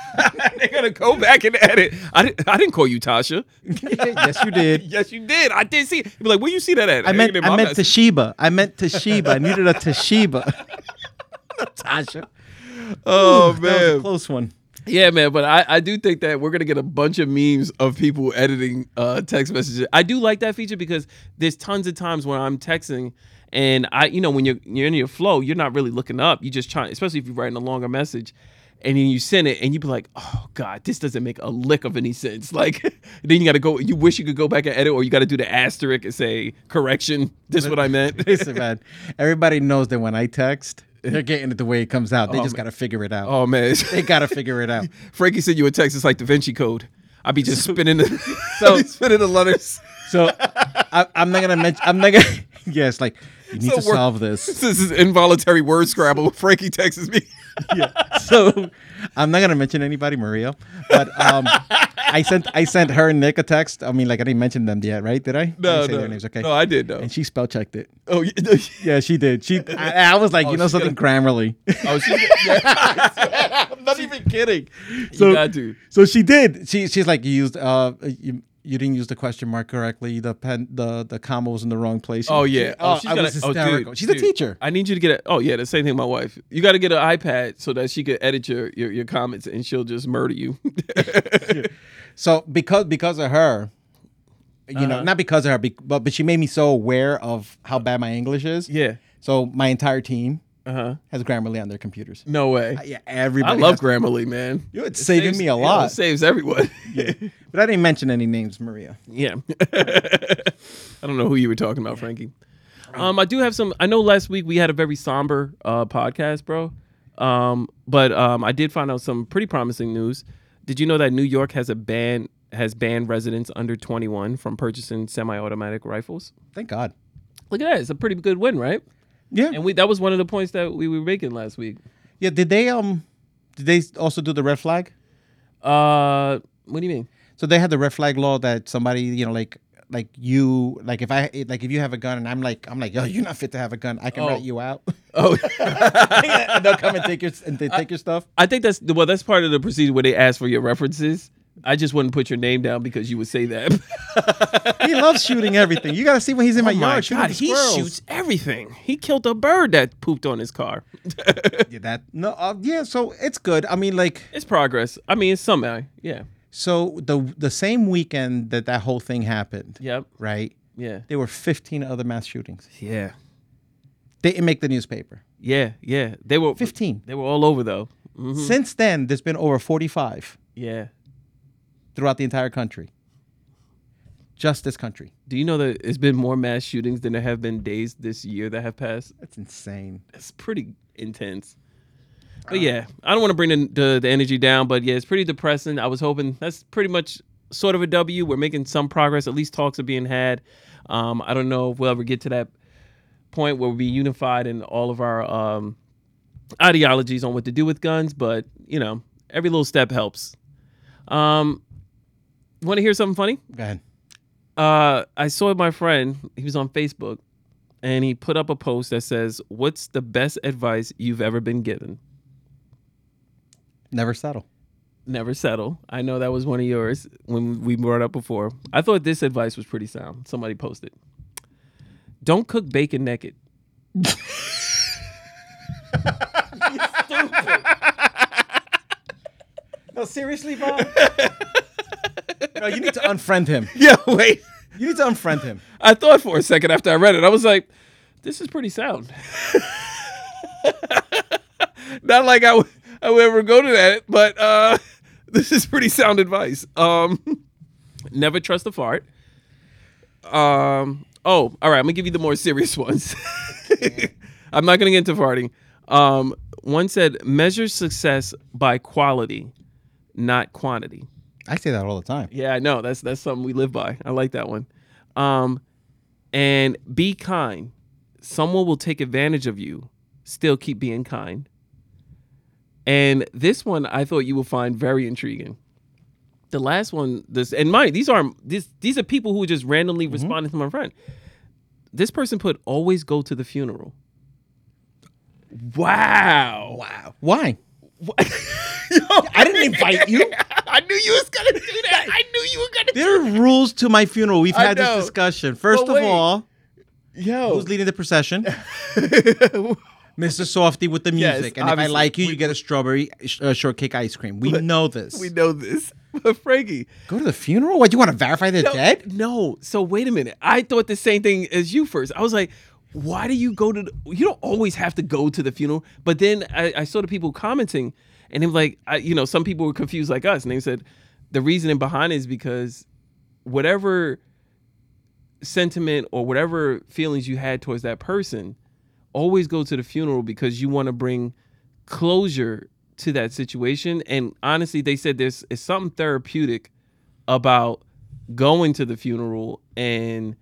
S2: they're gonna go back and edit. I didn't. I didn't call you Tasha.
S3: yes, you did.
S2: Yes, you did. I did see. It. Be like, where you see that at?
S3: I meant
S2: Ain't in
S3: I
S2: my
S3: meant
S2: message.
S3: Toshiba. I meant Toshiba. I needed a Toshiba. Natasha.
S2: Oh
S3: That was a
S2: man,
S3: close one.
S2: yeah, man. But I, I do think that we're gonna get a bunch of memes of people editing uh, text messages. I do like that feature because there's tons of times when I'm texting and I, you know, when you're you're in your flow, you're not really looking up. You're just trying, especially if you're writing a longer message. And then you send it, and you be like, "Oh God, this doesn't make a lick of any sense." Like, then you got to go. You wish you could go back and edit, or you got to do the asterisk and say correction. This is what I meant.
S3: Listen, man. Everybody knows that when I text, they're getting it the way it comes out. They just gotta figure it out.
S2: oh man,
S3: They gotta figure it out.
S2: Frankie sent you a text. It's like Da Vinci Code. I be just spinning the so, spinning the letters.
S3: So I, I'm not gonna mention. I'm not gonna. Yes, like you need
S2: So
S3: to
S2: we're-
S3: solve this.
S2: This is involuntary word scrabble. Frankie texts me.
S3: so I'm not gonna mention anybody, Maria, but um, I sent I sent her and Nick a text. I mean, like I didn't mention them yet, right? Did I? I
S2: No,
S3: didn't say
S2: no,
S3: their names. Okay.
S2: no, I did though.
S3: and she spell checked it.
S2: oh, yeah.
S3: Yeah, she did. She. I, I was like, you know
S2: she's
S3: something, Grammarly.
S2: oh, she,
S3: I'm not even kidding.
S2: you got to.
S3: So she did. She she's like you used uh you, you didn't use the question mark correctly. The pen the the comma was in the wrong place.
S2: Oh yeah.
S3: Oh,
S2: she's
S3: I
S2: got
S3: was
S2: a- oh, dude,
S3: hysterical. she's
S2: dude,
S3: a teacher.
S2: I need you to get a. Oh yeah, the same thing. My wife. You got to get an iPad so that she could edit your your, your comments, and she'll just murder you.
S3: So because because of her, you
S2: Uh-huh.
S3: know, not because of her, be- but but she made me so aware of how bad my English is.
S2: yeah.
S3: So my entire team
S2: Uh-huh.
S3: has Grammarly on their computers.
S2: No way.
S3: Uh, Yeah,
S2: I
S3: everybody.
S2: love
S3: has-
S2: Grammarly, man.
S3: You know, It's saving
S2: Saves-
S3: me a
S2: yeah, it
S3: lot.
S2: saves everyone.
S3: but I didn't mention any names, Maria.
S2: Yeah. I don't know who you were talking about, Frankie. Um, I do have some. I know last week we had a very somber uh, podcast, bro. Um, but um, I did find out some pretty promising news. Did you know that New York has a ban has banned residents under 21 from purchasing semi-automatic rifles.
S3: Thank God.
S2: Look at that; it's a pretty good win, right?
S3: Yeah.
S2: And we that was one of the points that we were making last week.
S3: yeah. Did they um? Did they also do the red flag?
S2: Uh, what do you mean?
S3: So they had the red flag law that somebody, you know, like like you, like if I like if you have a gun and I'm like I'm like, yo, you're not fit to have a gun. I can rat you out.
S2: Oh,
S3: and they'll come and take your and they take your stuff.
S2: I think that's well. That's part of the procedure where they ask for your references. I just wouldn't put your name down because you would say that.
S3: He loves shooting everything. You gotta see when he's in Oh my yard shooting the
S2: he
S3: squirrels.
S2: shoots everything. He killed a bird that pooped on his car.
S3: Yeah, that no, uh, yeah. So it's good. I mean, like,
S2: It's progress. I mean, it's somehow. Yeah.
S3: so the the same weekend that that whole thing happened,
S2: Yep.
S3: right?
S2: Yeah.
S3: There were 15 other mass shootings.
S2: Yeah.
S3: They didn't make the newspaper.
S2: Yeah. Yeah. They were
S3: 15.
S2: They were all over though. Mhm.
S3: Since then, there's been over 45
S2: Yeah.
S3: throughout the entire country. Just this country.
S2: Do you know that it's been more mass shootings than there have been days this year that have passed?
S3: That's insane.
S2: That's pretty intense. But yeah, I don't want to bring the, the the energy down, but yeah, it's pretty depressing. I was hoping that's pretty much sort of a W. We're making some progress. At least talks are being had. Um, I don't know if we'll ever get to that point where we'll be unified in all of our um, ideologies on what to do with guns, but you know, every little step helps. Um, want to hear something funny?
S3: Go ahead.
S2: uh, I saw my friend. He was on Facebook, and he put up a post that says, "What's the best advice you've ever been given?
S3: Never settle.
S2: Never settle." I know that was one of yours when we brought it up before. I thought this advice was pretty sound. Somebody posted, "Don't cook bacon naked."
S3: No, seriously, Bob. no, you need to unfriend him.
S2: Yeah, wait.
S3: You need to unfriend him.
S2: I thought for a second after I read it. I was like, "This is pretty sound." Not like I would, I would ever go to that, but uh, this is pretty sound advice. Um, never trust a fart. Um, oh, all right. I'm gonna give you the more serious ones. I'm not gonna get into farting. Um, one said, "Measure success by quality, not quantity."
S3: I say that all the time.
S2: Yeah, I know. That's that's something we live by. I like that one. Um, and be kind. Someone will take advantage of you. Still keep being kind. And this one I thought you would find very intriguing. The last one, this and mind, these aren't this these are people who just
S3: Mm-hmm.
S2: randomly responded to my friend. This person put always go to the funeral. Wow. Wow.
S3: Why? I didn't invite you.
S2: I knew you was gonna do that. I knew you were gonna do
S3: There are rules to my funeral. We've
S2: I
S3: had this
S2: know.
S3: discussion. First
S2: But
S3: of
S2: wait.
S3: all,
S2: Yo.
S3: who's leading the procession? Mr. Softy with the
S2: Yes,
S3: music. and if I
S2: obviously.
S3: like you,
S2: We-
S3: you get a strawberry sh- uh, shortcake ice cream. We know this.
S2: We know this. But Frankie.
S3: Go to the funeral? What, you want to verify they're
S2: No,
S3: dead?
S2: No. So wait a minute. I thought the same thing as you first. I was like, why do you go to the, you don't always have to go to the funeral. But then I, I saw the people commenting and they were like, I, you know, some people were confused like us. And they said the reasoning behind it is because whatever sentiment or whatever feelings you had towards that person, always go to the funeral because you want to bring closure to that situation. And honestly, they said there's it's something therapeutic about going to the funeral and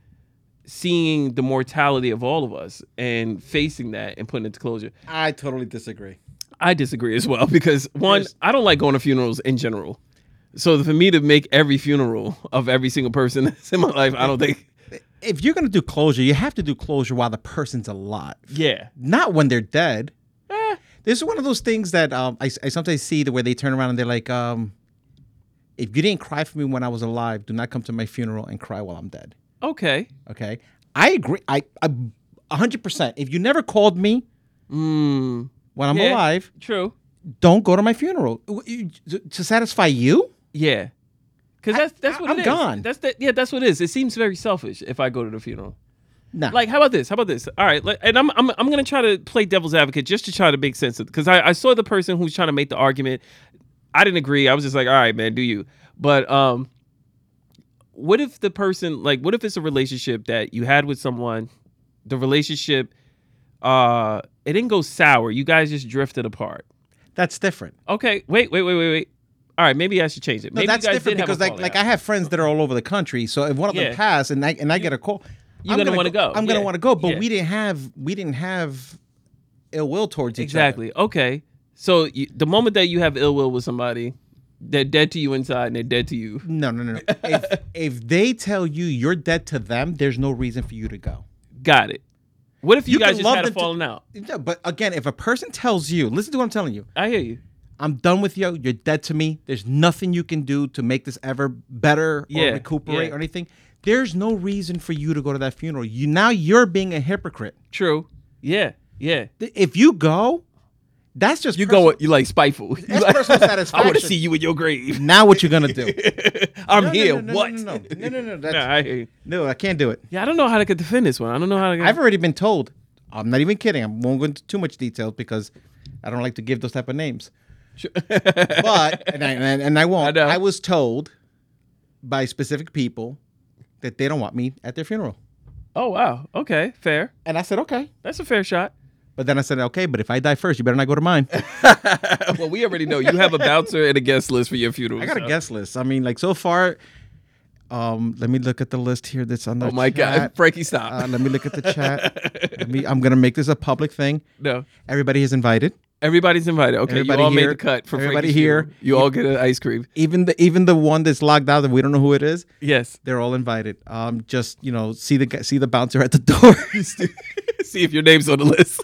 S2: seeing the mortality of all of us and facing that and putting it to closure.
S3: I totally disagree.
S2: I disagree as well because one, I don't like going to funerals in general. So for me to make every funeral of every single person that's in my life, I don't think.
S3: If you're going to do closure, you have to do closure while the person's alive,
S2: Yeah. Eh.
S3: not when they're dead. This is one of those things that um, I, I sometimes see the way they turn around and they're like, um, if you didn't cry for me when I was alive, do not come to my funeral and cry while I'm dead.
S2: Okay.
S3: Okay. I agree. I, I 100%. If you never called me when I'm
S2: Mm. Yeah.
S3: alive,
S2: True.
S3: don't go to my funeral W- you- to to satisfy you.
S2: Yeah. Cause that's that's
S3: I-
S2: what
S3: I'm
S2: it is.
S3: gone.
S2: That's that. Yeah, that's what it is. It seems very selfish if I go to the funeral.
S3: Nah.
S2: Like, how about this? How about this? All right, let- and I'm I'm I'm gonna try to play devil's advocate just to try to make sense of because I, I saw the person who's trying to make the argument. I didn't agree. I was just like, all right, man, do you? But um, what if the person like, what if it's a relationship that you had with someone, the relationship, uh, it didn't go sour. You guys just drifted apart.
S3: that's different.
S2: Okay, wait, wait, wait, wait, wait. All right, maybe I should change it.
S3: No,
S2: Maybe
S3: that's
S2: you guys
S3: different
S2: did have a
S3: because like like I
S2: fallout.
S3: have friends that are all over the country. So if one of
S2: Yeah.
S3: them pass and I and I get a call,
S2: You're
S3: I'm
S2: gonna wanna go,
S3: I'm gonna
S2: yeah,
S3: want to go. But
S2: yeah.
S3: we didn't have we didn't have ill will towards each other.
S2: exactly. Okay, so you, the moment that you have ill will with somebody, they're dead to you inside and they're dead to you.
S3: No, no, no, no. if if they tell you you're dead to them, there's no reason for you to go.
S2: Got it. What if you,
S3: You
S2: guys
S3: can
S2: just
S3: love
S2: had a
S3: them to-
S2: falling out?
S3: Yeah, but again, if a person tells you, listen to what I'm telling you,
S2: I hear you.
S3: I'm done with you, you're dead to me, there's nothing you can do to make this ever better or
S2: Yeah,
S3: recuperate
S2: yeah.
S3: or anything, there's no reason for you to go to that funeral. You now you're being a hypocrite.
S2: True. Yeah. Yeah.
S3: Th- If you go, that's just
S2: You
S3: personal-
S2: go. You like spiteful. You
S3: That's
S2: like,
S3: personal
S2: I want to
S3: satisfaction.
S2: see you in your grave.
S3: Now what you're gonna do?
S2: I'm
S3: No, no,
S2: here.
S3: no, no,
S2: what?
S3: No, no, no, no, no, no,
S2: Nah,
S3: that's,
S2: I hear you.
S3: no, I can't do it.
S2: Yeah, I don't know how to get defend this one. I don't know how to.
S3: I've already been told. I'm not even kidding. I won't go into too much detail because I don't like to give those type of names. but and I and, and I won't.
S2: I know.
S3: I, was told by specific people that they don't want me at their funeral,
S2: oh wow. Okay. Fair.
S3: and I said okay.
S2: That's a fair shot.
S3: But then I said okay, but if I die first, you better not go to mine.
S2: well, we already know you have a bouncer and a guest list for your funeral.
S3: I got a
S2: so-
S3: guest list. I mean, like so far. Um, let me look at the list here. That's on the
S2: Oh my
S3: chat.
S2: god, Frankie, stop.
S3: Uh, let me look at the chat. Let me, I'm gonna make this a public thing.
S2: no,
S3: Everybody is invited.
S2: everybody's invited. Okay,
S3: Everybody
S2: you all made
S3: here-
S2: the cut for
S3: everybody
S2: Frankie's
S3: here.
S2: funeral. You all get an ice cream.
S3: Even the even the one that's locked out that we don't know who it is.
S2: Yes.
S3: They're all invited. Um, just you know, see the gu- see the bouncer at the door.
S2: See if your name's on the list.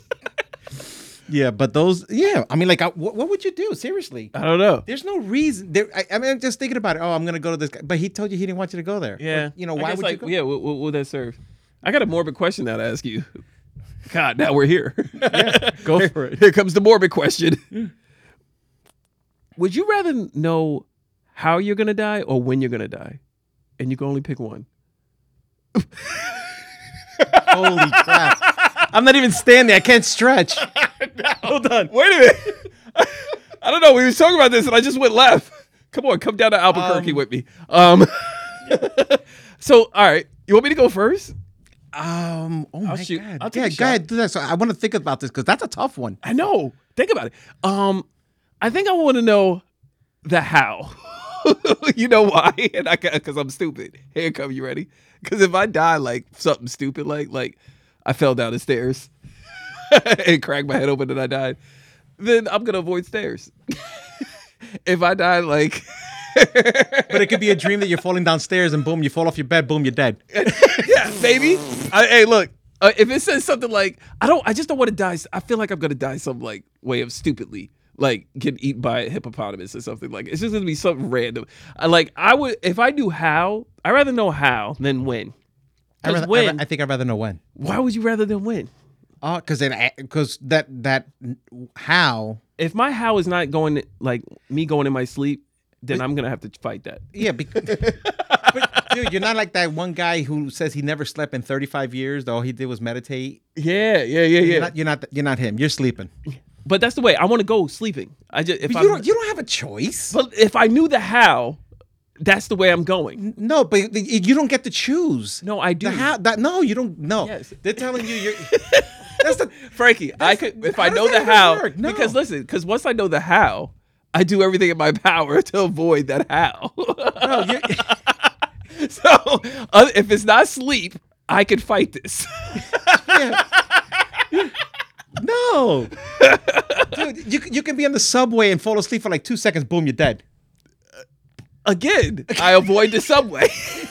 S3: yeah, but those. Yeah, I mean, like, I, what, what would you do? Seriously,
S2: I don't know.
S3: there's no reason. There, I, I mean, I'm just thinking about it. Oh, I'm gonna go to this guy, but he told you he didn't want you to go there.
S2: Yeah.
S3: Or, you know,
S2: I
S3: why
S2: guess,
S3: would
S2: like,
S3: you go?
S2: Yeah. What, what would that serve? I got a morbid question now to ask you. God, now we're here.
S3: go for it.
S2: here comes the morbid question. Would you rather know how you're gonna die or when you're gonna die, and you can only pick one?
S3: Holy crap! I'm not even standing. I can't stretch.
S2: Hold on. Wait a minute. I don't know. We was talking about this, and I just went left. Come on, come down to Albuquerque with me. Um. so, all right, you want me to go first?
S3: Um. Oh my
S2: shoot.
S3: god.
S2: I'll take
S3: yeah.
S2: a
S3: Go
S2: shot.
S3: ahead. Do that. So I want to think about this because that's a tough one.
S2: I know. Think about it. Um, I think I want to know the how. you know why? And I because I'm stupid. Here it come. You ready? Because if I die like something stupid, like like I fell down the stairs and cracked my head open and I died, then I'm gonna avoid stairs. if I die like.
S3: But it could be a dream that you're falling downstairs and boom, you fall off your bed. Boom, you're dead.
S2: yeah, baby. I, hey, look. Uh, if it says something like I don't, I just don't want to die. I feel like I'm gonna die some like way of stupidly, like get eaten by a hippopotamus or something. Like it's just gonna be something random. I, like I would, if I knew how, I'd rather know how than when.
S3: I,
S2: 'Cause
S3: rather, I
S2: when?
S3: ra- I think I'd rather know when.
S2: why would you rather than when?
S3: Oh, because then because that that how
S2: If my how is not going like me going in my sleep, then I'm gonna have to fight that.
S3: yeah. Because, but dude, you're not like that one guy who says he never slept in 35 years. All he did was meditate.
S2: Yeah, yeah, yeah,
S3: You're not you're not, you're not him. You're sleeping.
S2: But that's the way I want to go sleeping. I just if
S3: But
S2: I
S3: you don't you don't have a choice.
S2: but if I knew the how, that's the way I'm going.
S3: No, but the- you don't get to choose.
S2: No, I do.
S3: The how, that, no, you don't. No,
S2: Yes.
S3: they're telling you you're. That's the
S2: Frankie, I could if
S3: how
S2: I
S3: does
S2: know
S3: that
S2: the
S3: even
S2: how
S3: work? No.
S2: because listen, because once I know the how, I do everything in my power to avoid that how. so uh, if it's not sleep, I can fight this.
S3: no, dude. You c- you can be on the subway and fall asleep for like two seconds. Boom, you're dead.
S2: Again, I avoid the subway.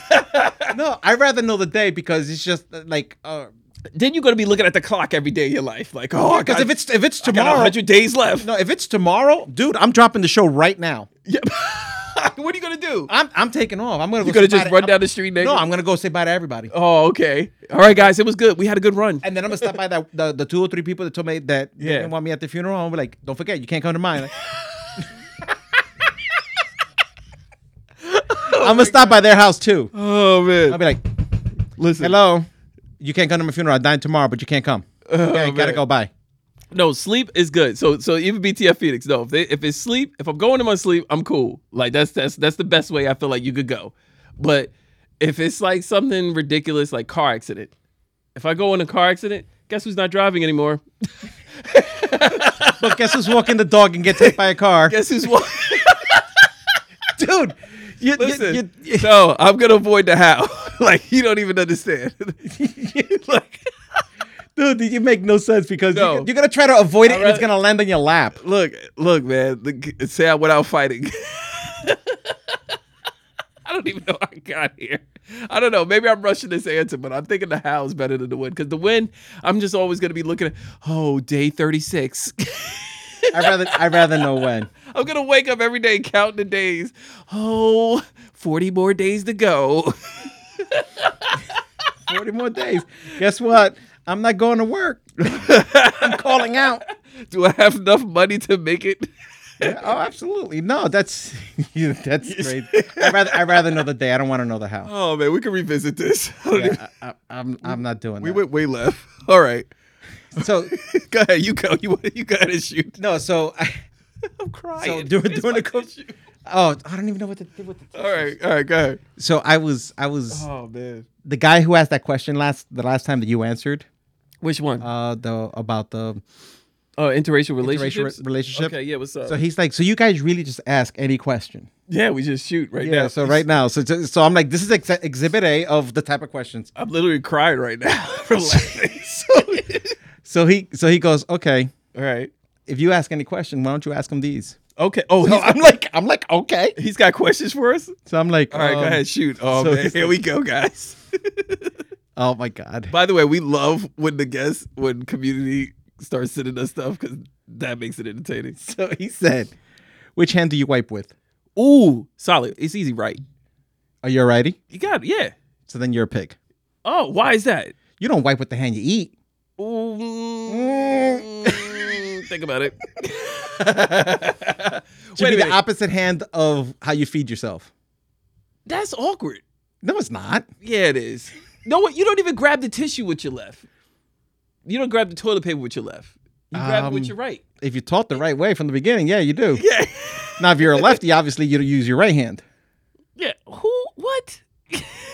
S3: No, I'd rather know the day because it's just uh, like. Uh,
S2: then you're gonna be looking at the clock every day of your life, like oh, I
S3: Because
S2: got,
S3: if it's if it's
S2: I got
S3: tomorrow,
S2: 100 days left.
S3: no, if it's tomorrow, dude, I'm dropping the show right now.
S2: Yep. what are you gonna do?
S3: I'm I'm taking off. I'm gonna.
S2: You
S3: go
S2: gonna
S3: say bye
S2: just
S3: to-
S2: run
S3: I'm-
S2: down the street naked?
S3: No, I'm gonna go say bye to everybody,
S2: oh, okay. All right, guys, it was good. We had a good run.
S3: and then I'm gonna stop by that the, the two or three people that told me that they
S2: Yeah.
S3: didn't want me at the funeral. I'm like, don't forget, you can't come to mine. Like- I'm gonna stop by their house too.
S2: Oh man,
S3: I'll be like,
S2: listen.
S3: hello, you can't come to my funeral. I'm dying tomorrow, but you can't come. okay, gotta
S2: Oh, man.
S3: go. Bye.
S2: No, sleep is good. So so even BTF Phoenix, no, if they, if it's sleep, if I'm going to my sleep, I'm cool. Like that's that's that's the best way I feel like you could go. But if it's like something ridiculous like car accident, if I go in a car accident, guess who's not driving anymore?
S3: But guess who's walking the dog and gets hit by a car?
S2: Guess who's wa-
S3: dude. You, you-
S2: Listen,
S3: you- you-
S2: no, I'm gonna avoid the how. like you don't even understand. like,
S3: dude, you make no sense because you-
S2: No.
S3: you're gonna try to avoid it, and it's
S2: rather-
S3: gonna land on your lap.
S2: look, look, man. Look, say out without fighting. I don't even know how I got here. I don't know. Maybe I'm rushing this answer, but I'm thinking the how is better than the win because the win, I'm just always gonna be looking at. Oh, day 36.
S3: I rather I rather know when.
S2: I'm gonna wake up every day counting the days. Oh, 40 more days to go.
S3: Forty more days. Guess what? I'm not going to work. I'm calling out.
S2: Do I have enough money to make it?
S3: Yeah, oh, absolutely. No, that's that's great. I rather I rather know the day. I don't want to know the how.
S2: Oh man, we can revisit this. I don't even-
S3: Yeah, I, I, am I'm not doing
S2: we
S3: that.
S2: went way left. All right,
S3: so
S2: go ahead. You go. You you got to shoot.
S3: no, so I,
S2: I'm crying.
S3: so doing
S2: It's
S3: doing
S2: my
S3: a co-
S2: issue.
S3: oh I don't even know what to do with the
S2: All right, all right, go ahead.
S3: so I was I was
S2: Oh man,
S3: the guy who asked that question last the last time that you answered
S2: which one? Uh,
S3: uh the about the
S2: Oh, interracial
S3: interracial
S2: relationships.
S3: re- relationship.
S2: Okay, yeah. What's up?
S3: So he's like, so you guys really just ask any question.
S2: yeah, we just shoot right
S3: Yeah.
S2: now.
S3: So right now, so so I'm like, this is ex- exhibit A of the type of questions.
S2: I'm literally crying right now. from laughing. So-
S3: So he so he goes, okay,
S2: all right.
S3: if you ask any question, why don't you ask him these?
S2: Okay. Oh,
S3: So
S2: he's,
S3: I'm like, I'm like, okay.
S2: he's got questions for us.
S3: So I'm like,
S2: All right,
S3: um,
S2: go ahead, shoot. Oh
S3: so
S2: man,
S3: he's
S2: here we go, guys.
S3: Oh my god.
S2: By the way, we love when the guests, when community starts sending us stuff because that makes it entertaining.
S3: So he said, which hand do you wipe with?
S2: Ooh, solid. It's easy, right?
S3: Are you alrighty?
S2: You got it. Yeah.
S3: So then you're a pig.
S2: Oh, why is that?
S3: You don't wipe with the hand you eat.
S2: Ooh, mm, think about it.
S3: Should
S2: Wait a
S3: be the
S2: minute.
S3: opposite hand of how you feed yourself.
S2: That's awkward.
S3: No, it's not.
S2: Yeah, it is. No, what? You don't even grab the tissue with your left. You don't grab the toilet paper with your left. You grab it
S3: Um,
S2: with your right.
S3: If you taught the right way from the beginning, yeah, you do.
S2: Yeah.
S3: Now, if you're a lefty, obviously you use your right hand.
S2: Yeah. Who? What?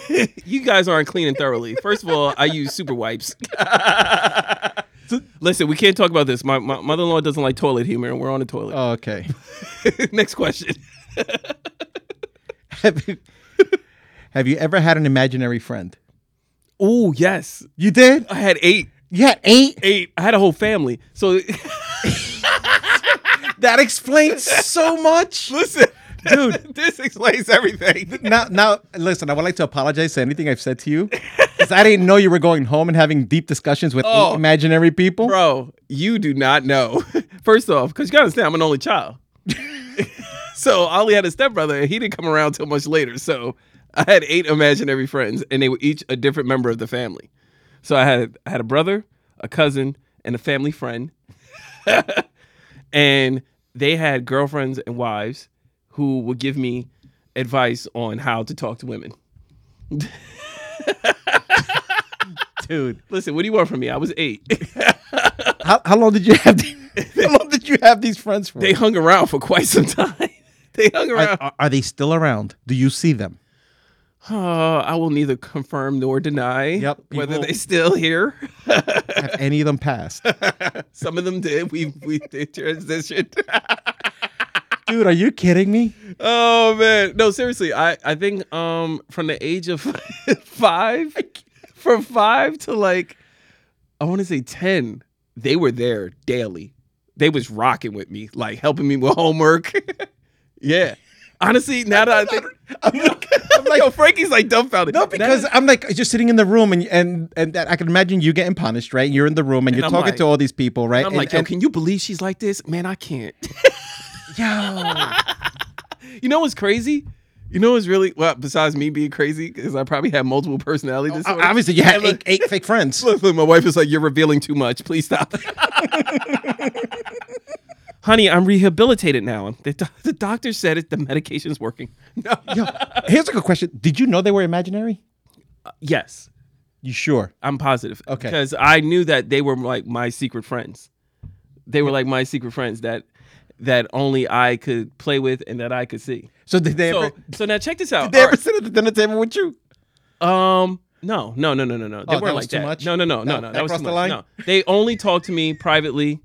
S2: you guys aren't cleaning thoroughly. First of all, I use super wipes. Listen, we can't talk about this. My, my mother in law doesn't like toilet humor, and we're on the toilet.
S3: Okay. Uh.
S2: Next question.
S3: have, you, have you ever had an imaginary friend?
S2: Oh, yes.
S3: You did?
S2: I had eight.
S3: You had eight?
S2: Eight. I had a whole family. So
S3: That explains so much.
S2: listen,
S3: Dude.
S2: this explains everything.
S3: Now, now, listen, I would like to apologize to anything I've said to you because I didn't know you were going home and having deep discussions with
S2: Oh.
S3: eight imaginary people.
S2: Bro, you do not know. First off, because you gotta understand, I'm an only child. so Ollie had a stepbrother, and he didn't come around till much later. So I had eight imaginary friends, and they were each a different member of the family. So I had I had a brother, a cousin, and a family friend, and they had girlfriends and wives who would give me advice on how to talk to women.
S3: Dude,
S2: Listen, what do you want from me? I was eight.
S3: how, how long did you have? The, how long did you have these friends for?
S2: they hung around for quite some time. they hung around.
S3: are, are- are they still around? Do you see them?
S2: Uh, I will neither confirm nor deny
S3: Yep,
S2: whether
S3: people-
S2: they still here.
S3: Have any of them passed?
S2: Some of them did. We we they transitioned.
S3: Dude, are you kidding me?
S2: oh man, no seriously. I I think um from the age of five, from five to like I want to say ten, they were there daily. They was rocking with me, like helping me with homework. yeah. Honestly, now that I think, I'm like, yo, Frankie's like dumbfounded.
S3: No, because I'm like just sitting in the room and and and that I can imagine you getting punished, right? You're in the room and, you're
S2: I'm
S3: talking
S2: like-
S3: to all these people, right?
S2: I'm
S3: And-
S2: like, yo,
S3: and-
S2: can you believe she's like this? Man, I can't. You know what's crazy? You know what's really well, besides me being crazy, because I probably have multiple personality
S3: yo,
S2: disorders.
S3: obviously you had
S2: And look-
S3: eight, eight fake friends.
S2: Look, look, my wife is like, "You're revealing too much. Please stop." Honey, I'm rehabilitated now. The, do- the doctor said it. The medication's working. No.
S3: Yo, here's a good question: Did you know they were imaginary?
S2: Yes,
S3: You sure?
S2: I'm positive.
S3: Okay.
S2: Because I knew that they were like my secret friends. They were like my secret friends that that only I could play with and that I could see.
S3: So did they
S2: So,
S3: ever?
S2: so now check this out.
S3: Did they
S2: All
S3: ever
S2: right.
S3: sit at the dinner table with you?
S2: Um, no, no, no, no, no, no. They
S3: Oh, that
S2: weren't
S3: was
S2: like
S3: too
S2: that.
S3: much?
S2: No, no, no, no,
S3: That-
S2: no. That,
S3: that
S2: was too
S3: crossed the
S2: much.
S3: line?
S2: No, they only talked to me privately.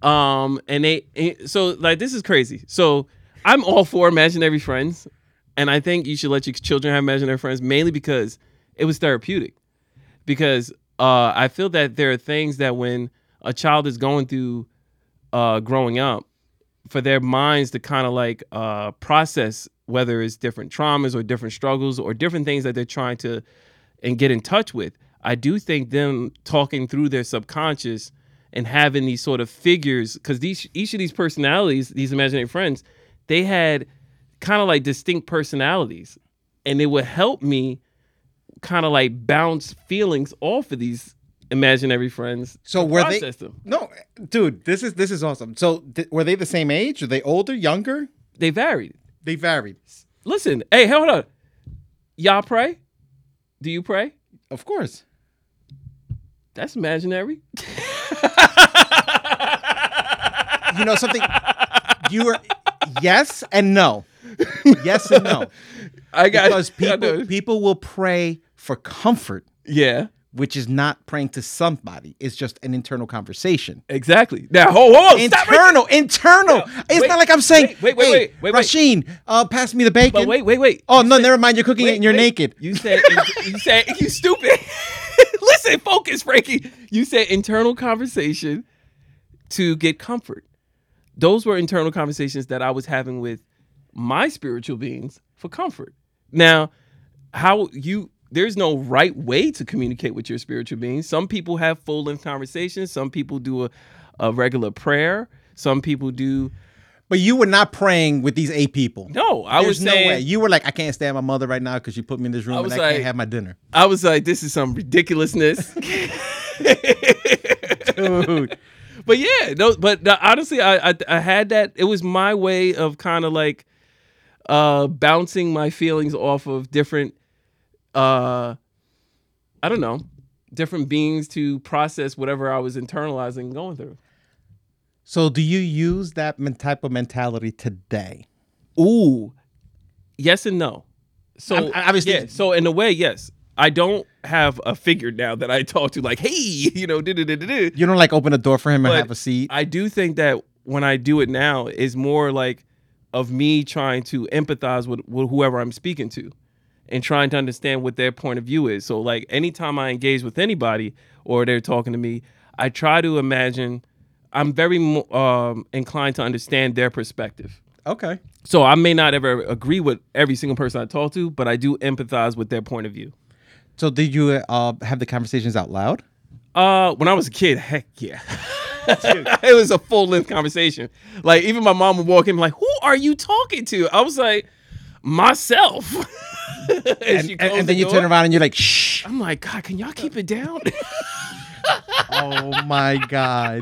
S2: Um, and they eh, so like this is crazy. So I'm all for imaginary friends. And I think you should let your children have imaginary friends mainly because it was therapeutic. Because uh, I feel that there are things that when a child is going through uh, growing up, for their minds to kind of like uh, process whether it's different traumas or different struggles or different things that they're trying to and get in touch with. I do think them talking through their subconscious and having these sort of figures, because these each of these personalities, these imaginary friends, they had kind of like distinct personalities, and it would help me kind of like bounce feelings off of these imaginary friends.
S3: So
S2: to
S3: were they?
S2: process them.
S3: No, dude, this is this is awesome. So th- were they the same age? Are they older, younger?
S2: They varied.
S3: They varied.
S2: Listen, hey, hold on. Y'all pray? Do you pray?
S3: Of course.
S2: That's imaginary.
S3: You know something. you were yes and no. Yes and no.
S2: I got
S3: Because
S2: I
S3: people
S2: know.
S3: people will pray for comfort,
S2: Yeah.
S3: which is not praying to somebody. It's just an internal conversation.
S2: Exactly. Now, hold on. Stop right
S3: Internal, internal. it's
S2: wait,
S3: not like I'm saying.
S2: wait, wait, wait,
S3: "Hey,
S2: wait, wait, wait."
S3: Rasheen, uh, pass me the bacon.
S2: But wait, wait, wait.
S3: Oh
S2: You
S3: no,
S2: said-
S3: never mind. You're cooking it
S2: wait,
S3: and you're
S2: wait.
S3: naked.
S2: You said you said you stupid. Listen, focus, Frankie. You said internal conversation to get comfort. Those were internal conversations that I was having with my spiritual beings for comfort. Now, how you there's no right way to communicate with your spiritual beings. Some people have full length conversations. Some people do a, a regular prayer. Some people do
S3: But you were not praying with these eight people.
S2: no. I
S3: There's
S2: was
S3: no
S2: saying,
S3: way. You were like, I can't stand my mother right now because she put me in this room
S2: I
S3: and
S2: was
S3: I
S2: like-
S3: can't have my dinner.
S2: I was like, this is some ridiculousness.
S3: Dude.
S2: but yeah, no, but the- honestly, I, I I had that. It was my way of kind of like uh bouncing my feelings off of different uh I don't know, different beings to process whatever I was internalizing and going through.
S3: so do you use that men- type of mentality today?
S2: Ooh, yes and no. So
S3: I'm- I- I was
S2: yeah,
S3: thinking-
S2: So in a way, yes. I don't have a figure now that I talk to, like, hey, you know, da da da da da.
S3: You don't like open a door for him and
S2: But
S3: have a seat.
S2: I do think that when I do it now, is more like of me trying to empathize with, with whoever I'm speaking to and trying to understand what their point of view is. So like anytime I engage with anybody or they're talking to me, I try to imagine I'm very mo- um, inclined to understand their perspective.
S3: okay.
S2: So I may not ever agree with every single person I talk to, but I do empathize with their point of view.
S3: So did you uh, have the conversations out loud?
S2: Uh, when I was a kid, heck yeah. it was a full length conversation. Like even my mom would walk in, like, "Who are you talking to?" I was like, "Myself." and,
S3: And, and- and then you turn around and you're like, shh.
S2: I'm like, "God, can y'all keep it down?"
S3: oh my God.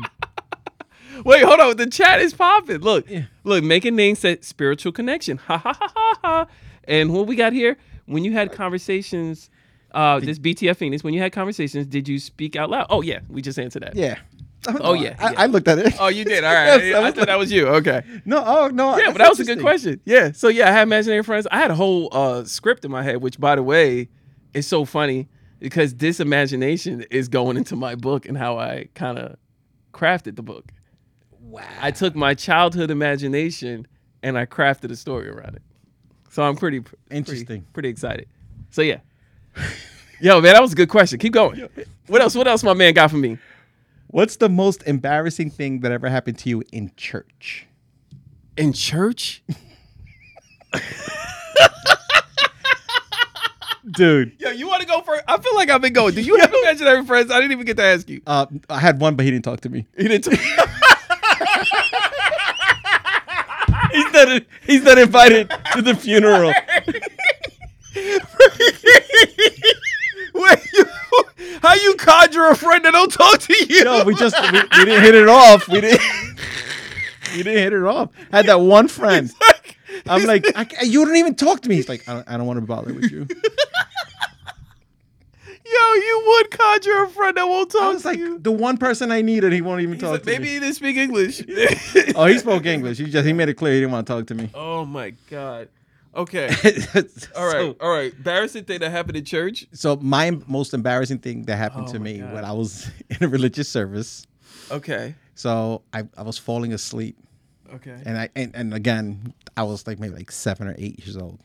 S2: Wait, hold on. The chat is popping. Look, look. Making names said spiritual connection. Ha ha ha ha ha. And what we got here? When you had conversations, uh, this BTF Phoenix. When you had conversations, did you speak out loud? Oh yeah, we just answered that.
S3: Yeah.
S2: Oh, yeah,
S3: I,
S2: yeah.
S3: I looked at it.
S2: Oh, you did. All
S3: Yes,
S2: right. I,
S3: I was
S2: thought that was you. Okay.
S3: No, oh, no.
S2: Yeah,
S3: that's
S2: but that was a good
S3: interesting.
S2: question. Yeah. So yeah, I had imaginary friends. I had a whole uh, script in my head, which by the way, is so funny because this imagination is going into my book and how I kind of crafted the book. Wow. I took my childhood imagination and I crafted a story around it. So I'm pretty pretty-
S3: Interesting.
S2: pretty excited. So yeah. Yo, man, that was a good question. Keep going. What else? What else my man got for me?
S3: What's the most embarrassing thing that ever happened to you in church?
S2: In church?
S3: Dude.
S2: Yo, you want to go first? I feel like I've been going. Do you have imaginary friends? I didn't even get to ask you.
S3: Uh, I had one, but he didn't talk to me.
S2: He didn't. he's not. He's not invited to the funeral. Wait, you, how you conjure a friend that don't talk to you?
S3: No, we just we, we didn't hit it off. We didn't we didn't hit it off. I had that one friend. I'm like, I, ca- you don't even talk to me. He's like, I don't, I don't want to bother with you.
S2: Yo, you would conjure a friend that won't
S3: I
S2: talk
S3: was
S2: to
S3: like,
S2: you.
S3: the one person I needed, he won't even
S2: He's
S3: talk
S2: like,
S3: to
S2: maybe
S3: me.
S2: he didn't speak English.
S3: Oh, he spoke English. He just he made it clear he didn't want to talk to me.
S2: oh my god. Okay. All
S3: All
S2: right.
S3: So,
S2: all right. Embarrassing thing that happened in church.
S3: so my most embarrassing thing that happened
S2: Oh
S3: to
S2: my
S3: me
S2: God.
S3: when I was in a religious service.
S2: Okay.
S3: So I, I was falling asleep.
S2: Okay.
S3: And I and, and again, I was like maybe like seven or eight years old.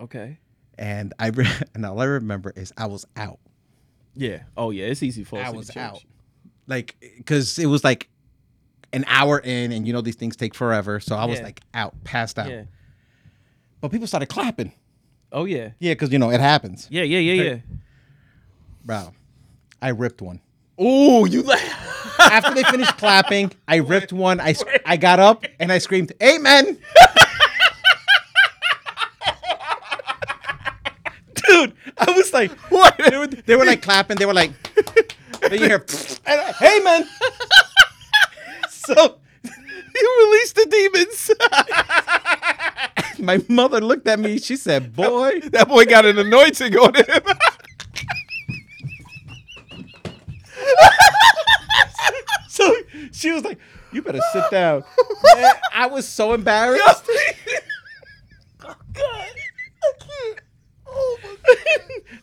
S2: Okay.
S3: and I re- and all I remember is I was out.
S2: Yeah. Oh yeah. It's easy for us.
S3: I was out, like because it was like an hour in, and you know these things take forever, so I was
S2: Yeah.
S3: like out, passed out.
S2: Yeah.
S3: But people started clapping.
S2: Oh yeah.
S3: Yeah, because you know it happens,
S2: Yeah. Yeah. Yeah. Yeah.
S3: bro. I ripped one.
S2: Oh, you like?
S3: After they finished clapping, I ripped one. I, s- I got up and I screamed, "Amen!" Dude, I was like,
S2: What?
S3: They were, they were like clapping. They were like, then you hear, and I, "Hey, man!" so
S2: you released the demons.
S3: my mother looked at me. She said, "Boy,
S2: that boy got an anointing on him.
S3: So she was like, "You better sit down." Man, I was so embarrassed.
S2: Oh,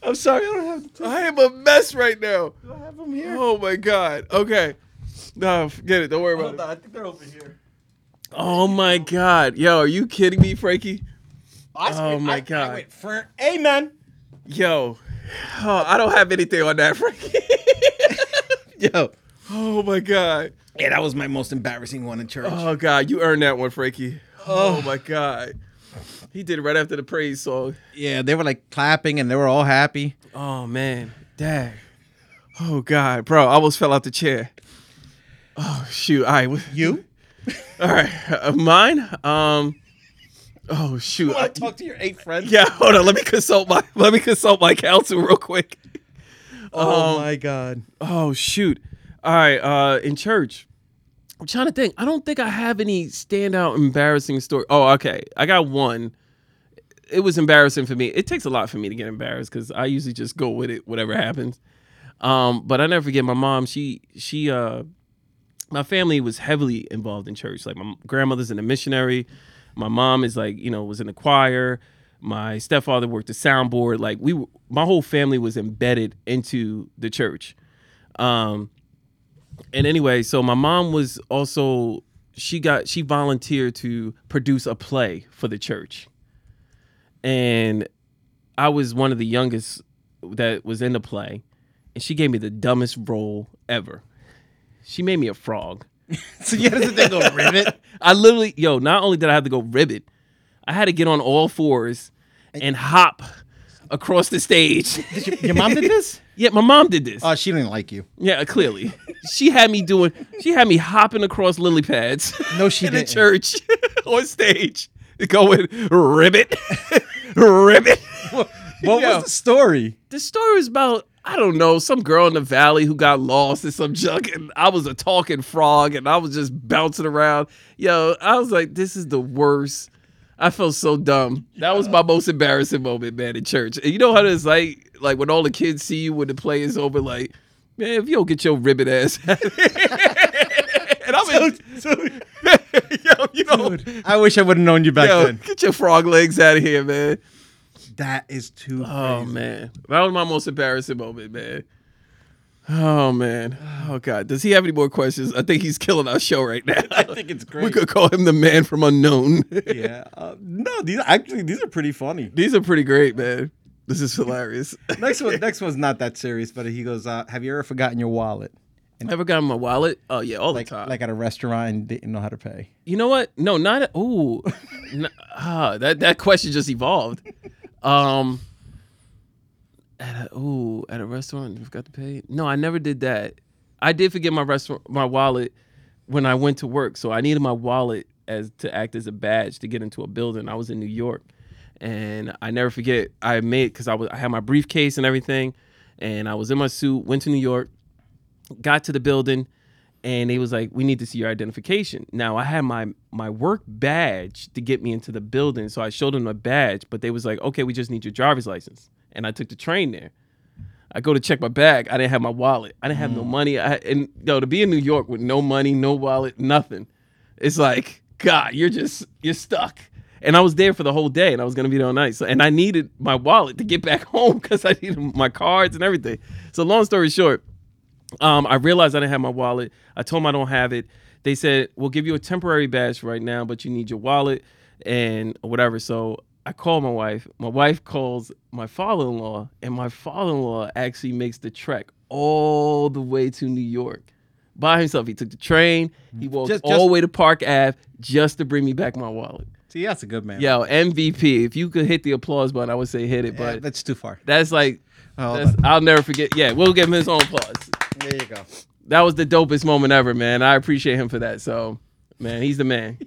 S3: I'm sorry, I don't have. To
S2: I am a mess right now.
S3: I have them here.
S2: Oh my god. Okay. No, forget it. Don't worry about it.
S3: I think they're over here.
S2: Oh my god. Yo, are you kidding me, Frankie? Oh my god.
S3: for amen.
S2: Yo. Oh, I don't have anything on that, Frankie.
S3: Yo,
S2: oh my god.
S3: yeah, that was my most embarrassing one in church.
S2: Oh god, you earned that one, Frankie. Oh, my god. He did it right after the praise song.
S3: yeah, they were like clapping and they were all happy.
S2: Oh man. Dad. Oh god, bro. I almost fell out the chair. Oh shoot. All right.
S3: You?
S2: All right. Uh, mine? Um Oh shoot.
S3: I talk to your eight friends.
S2: Yeah, hold on. Let me consult my let me consult my counsel real quick.
S3: Oh my god.
S2: Oh shoot! All right, uh, in church, I'm trying to think. I don't think I have any standout embarrassing story. Oh, okay, I got one. It was embarrassing for me. It takes a lot for me to get embarrassed because I usually just go with it, whatever happens. Um, but I never forget my mom. She she uh, my family was heavily involved in church. Like my grandmother's in a missionary. My mom is like, you know, was in the choir. My stepfather worked the soundboard. Like we, were- my whole family was embedded into the church. Um, and anyway, so my mom was also she got she volunteered to produce a play for the church, and I was one of the youngest that was in the play, and she gave me the dumbest role ever. She made me a frog.
S3: So yeah, doesn't they go ribbit?
S2: I literally, yo, not only did I have to go ribbit, I had to get on all fours and hop across the stage.
S3: Your, your mom did this?
S2: yeah, my mom did this.
S3: Oh, she didn't like you.
S2: Yeah, clearly. she had me doing she had me hopping across lily pads.
S3: No, she
S2: in
S3: didn't.
S2: the church on stage. Going ribbit. ribbit.
S3: What
S2: Yo.
S3: was the story?
S2: the story is about I don't know, some girl in the valley who got lost in some junk and I was a talking frog and I was just bouncing around. Yo, I was like, this is the worst. I felt so dumb. That was my most embarrassing moment, man, in church. And you know how it's like like when all the kids see you when the play is over, like, man, if you don't get your ribbon ass out of here." And I'm in, yo, you know,
S3: I wish I would have known you back
S2: yo,
S3: then.
S2: get your frog legs out of here, man.
S3: That is too.
S2: Oh man, that was my most embarrassing moment, man. Oh man, oh god. Does he have any more questions? I think he's killing our show right now. I think
S3: it's
S2: we
S3: great.
S2: could call him the man from unknown.
S3: yeah. Uh, no, these actually these are pretty funny.
S2: These are pretty great, man. This is hilarious.
S3: Next one, next one's not that serious, but he goes, uh, "Have you ever forgotten your wallet,
S2: Ever got my wallet? Oh yeah, all
S3: like
S2: the time.
S3: like at a restaurant and didn't know how to pay?"
S2: you know what? No, not at, ooh. N- ah, that that question just evolved. Um at a, ooh, at a restaurant, you forgot to pay. No, I never did that. I did forget my restaurant my wallet when I went to work. So I needed my wallet as to act as a badge to get into a building. I was in New York. And I never forget I made cuz I was I had my briefcase and everything and I was in my suit, went to New York, got to the building and they was like, "We need to see your identification." Now I had my my work badge to get me into the building, so I showed them my badge, but they was like, "Okay, we just need your driver's license." And I took the train there. I go to check my bag. I didn't have my wallet. I didn't have no money. I and yo to be in New York with no money, no wallet, nothing. It's like God, you're just you're stuck. And I was there for the whole day, and I was gonna be there all night. So and I needed my wallet to get back home because I needed my cards and everything. So long story short, um, I realized I didn't have my wallet. I told them I don't have it. They said, We'll give you a temporary badge right now, but you need your wallet and whatever. So I call my wife. My wife calls my father in law, and my father in law actually makes the trek all the way to New York by himself. He took the train. He walked
S3: Mm-hmm. Just-
S2: all
S3: just-
S2: the way to Park Ave just to bring me back my wallet.
S3: See, that's a good man.
S2: Yo, MVP. If you could hit the applause button, I would say hit it.
S3: Yeah,
S2: But
S3: that's Oh, too far.
S2: that's like,
S3: Hold
S2: that's, I'll never forget. Yeah, we'll give him his own applause.
S3: There you go.
S2: That was the dopest moment ever, man. I appreciate him for that. So, man, he's the man.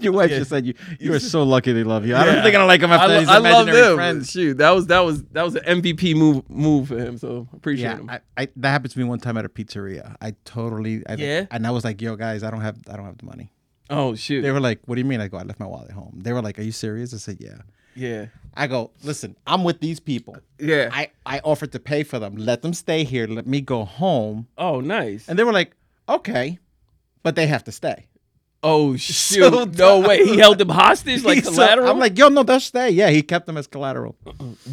S3: Your wife just said you. You are so lucky they love you. I don't
S2: Yeah.
S3: think I like him
S2: I,
S3: after
S2: lo-
S3: these
S2: I love
S3: imaginary
S2: him.
S3: friends.
S2: Shoot, that was that was that was an MVP move move for him. So appreciate
S3: Yeah,
S2: him.
S3: I, I, that happened to me one time at a pizzeria. I totally, I,
S2: Yeah?
S3: and I was like, "Yo, guys, I don't have, I don't have the money."
S2: oh shoot,
S3: They were like, "What do you mean?" I go, "I left my wallet at home." They were like, "Are you serious?" I said, "Yeah."
S2: yeah,
S3: I go, "Listen, I'm with these people.
S2: yeah.
S3: I, I offered to pay for them. Let them stay here. Let me go home."
S2: oh nice.
S3: And they were like, "Okay," but they have to stay.
S2: oh shoot,
S3: So
S2: no
S3: dumb.
S2: way. He held them hostage like
S3: So
S2: collateral.
S3: I'm like, "Yo, no, they'll stay." Yeah, he kept them as collateral.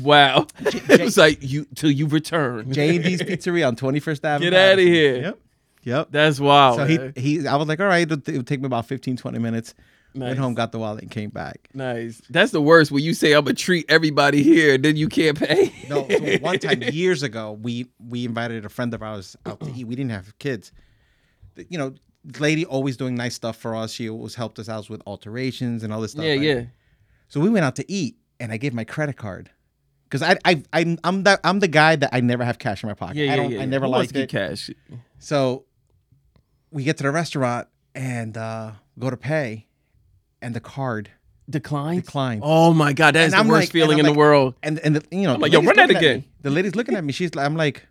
S2: wow. it was like you till you return.
S3: J and D's Pizzeria on 21st Avenue.
S2: Get outta
S3: Madison.
S2: here.
S3: Yep. Yep.
S2: That's wild.
S3: so
S2: man.
S3: he, he, I was like, all right, it'll, it'll take me about 15, 20 minutes.
S2: Nice.
S3: Went home, got the wallet, and came back.
S2: nice. That's the worst. When you say I'm gonna treat everybody here, then you can't pay.
S3: No, so one time years ago, we we invited a friend of ours out to eat. We didn't have kids. Th- You know, this lady always doing nice stuff for us. She always helped us out with alterations and all this stuff.
S2: yeah,
S3: right?
S2: yeah.
S3: So we went out to eat, and I gave my credit card because I I I'm, I'm the I'm the guy that I never have cash in my pocket.
S2: Yeah, yeah,
S3: I don't.
S2: yeah.
S3: I never
S2: Who wants
S3: liked
S2: to
S3: it.
S2: get cash.
S3: So we get to the restaurant and uh, go to pay, and the card
S2: Decline.
S3: declines.
S2: Oh my god, that is
S3: And
S2: the
S3: I'm
S2: worst
S3: like- and
S2: feeling
S3: I'm
S2: in the
S3: like-
S2: world.
S3: And and the, you know, the
S2: like, yo,
S3: lady's
S2: run that
S3: looking at
S2: again.
S3: me. The lady's looking at me. She's like, I'm like,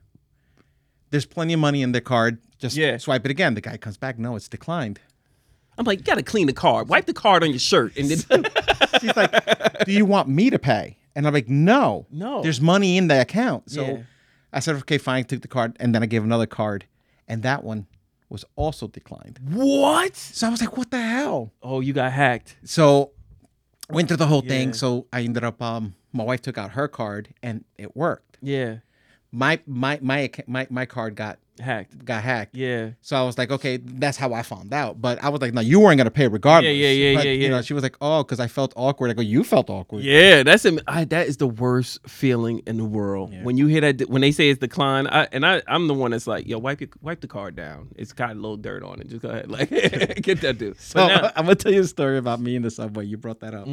S3: there's plenty of money in the card. Just
S2: Yeah.
S3: swipe it again. The guy comes back. No, it's declined.
S2: I'm like, you gotta clean the card. Wipe the card on your shirt, and then
S3: She's like, Do you want me to pay? And I'm like, No,
S2: No.
S3: There's money in the account. So
S2: Yeah.
S3: I said, Okay, fine. Took the card, and then I gave another card, and that one was also declined.
S2: what?
S3: So I was like, What the hell?
S2: Oh, you got hacked.
S3: So went through the whole thing.
S2: Yeah.
S3: So I ended up. Um, my wife took out her card, and it worked.
S2: Yeah,
S3: My my my acc- my my card got
S2: hacked.
S3: got hacked.
S2: Yeah,
S3: So I was like, okay, that's how I found out. But I was like, no, you weren't gonna pay regardless.
S2: Yeah, yeah, yeah,
S3: But,
S2: yeah,
S3: You
S2: yeah.
S3: know, she was like, oh, because I felt awkward. I go, you felt awkward.
S2: yeah. That's am- I, that is the worst feeling in the world when you hear that. de- When they say it's decline, I, and I, I'm the one that's like, yo, wipe your, wipe the card down. It's got a little dirt on it. Just go ahead, like, get that dude.
S3: So
S2: But now- Mm-hmm.
S3: I'm gonna tell you a story about me in the subway. You brought that up.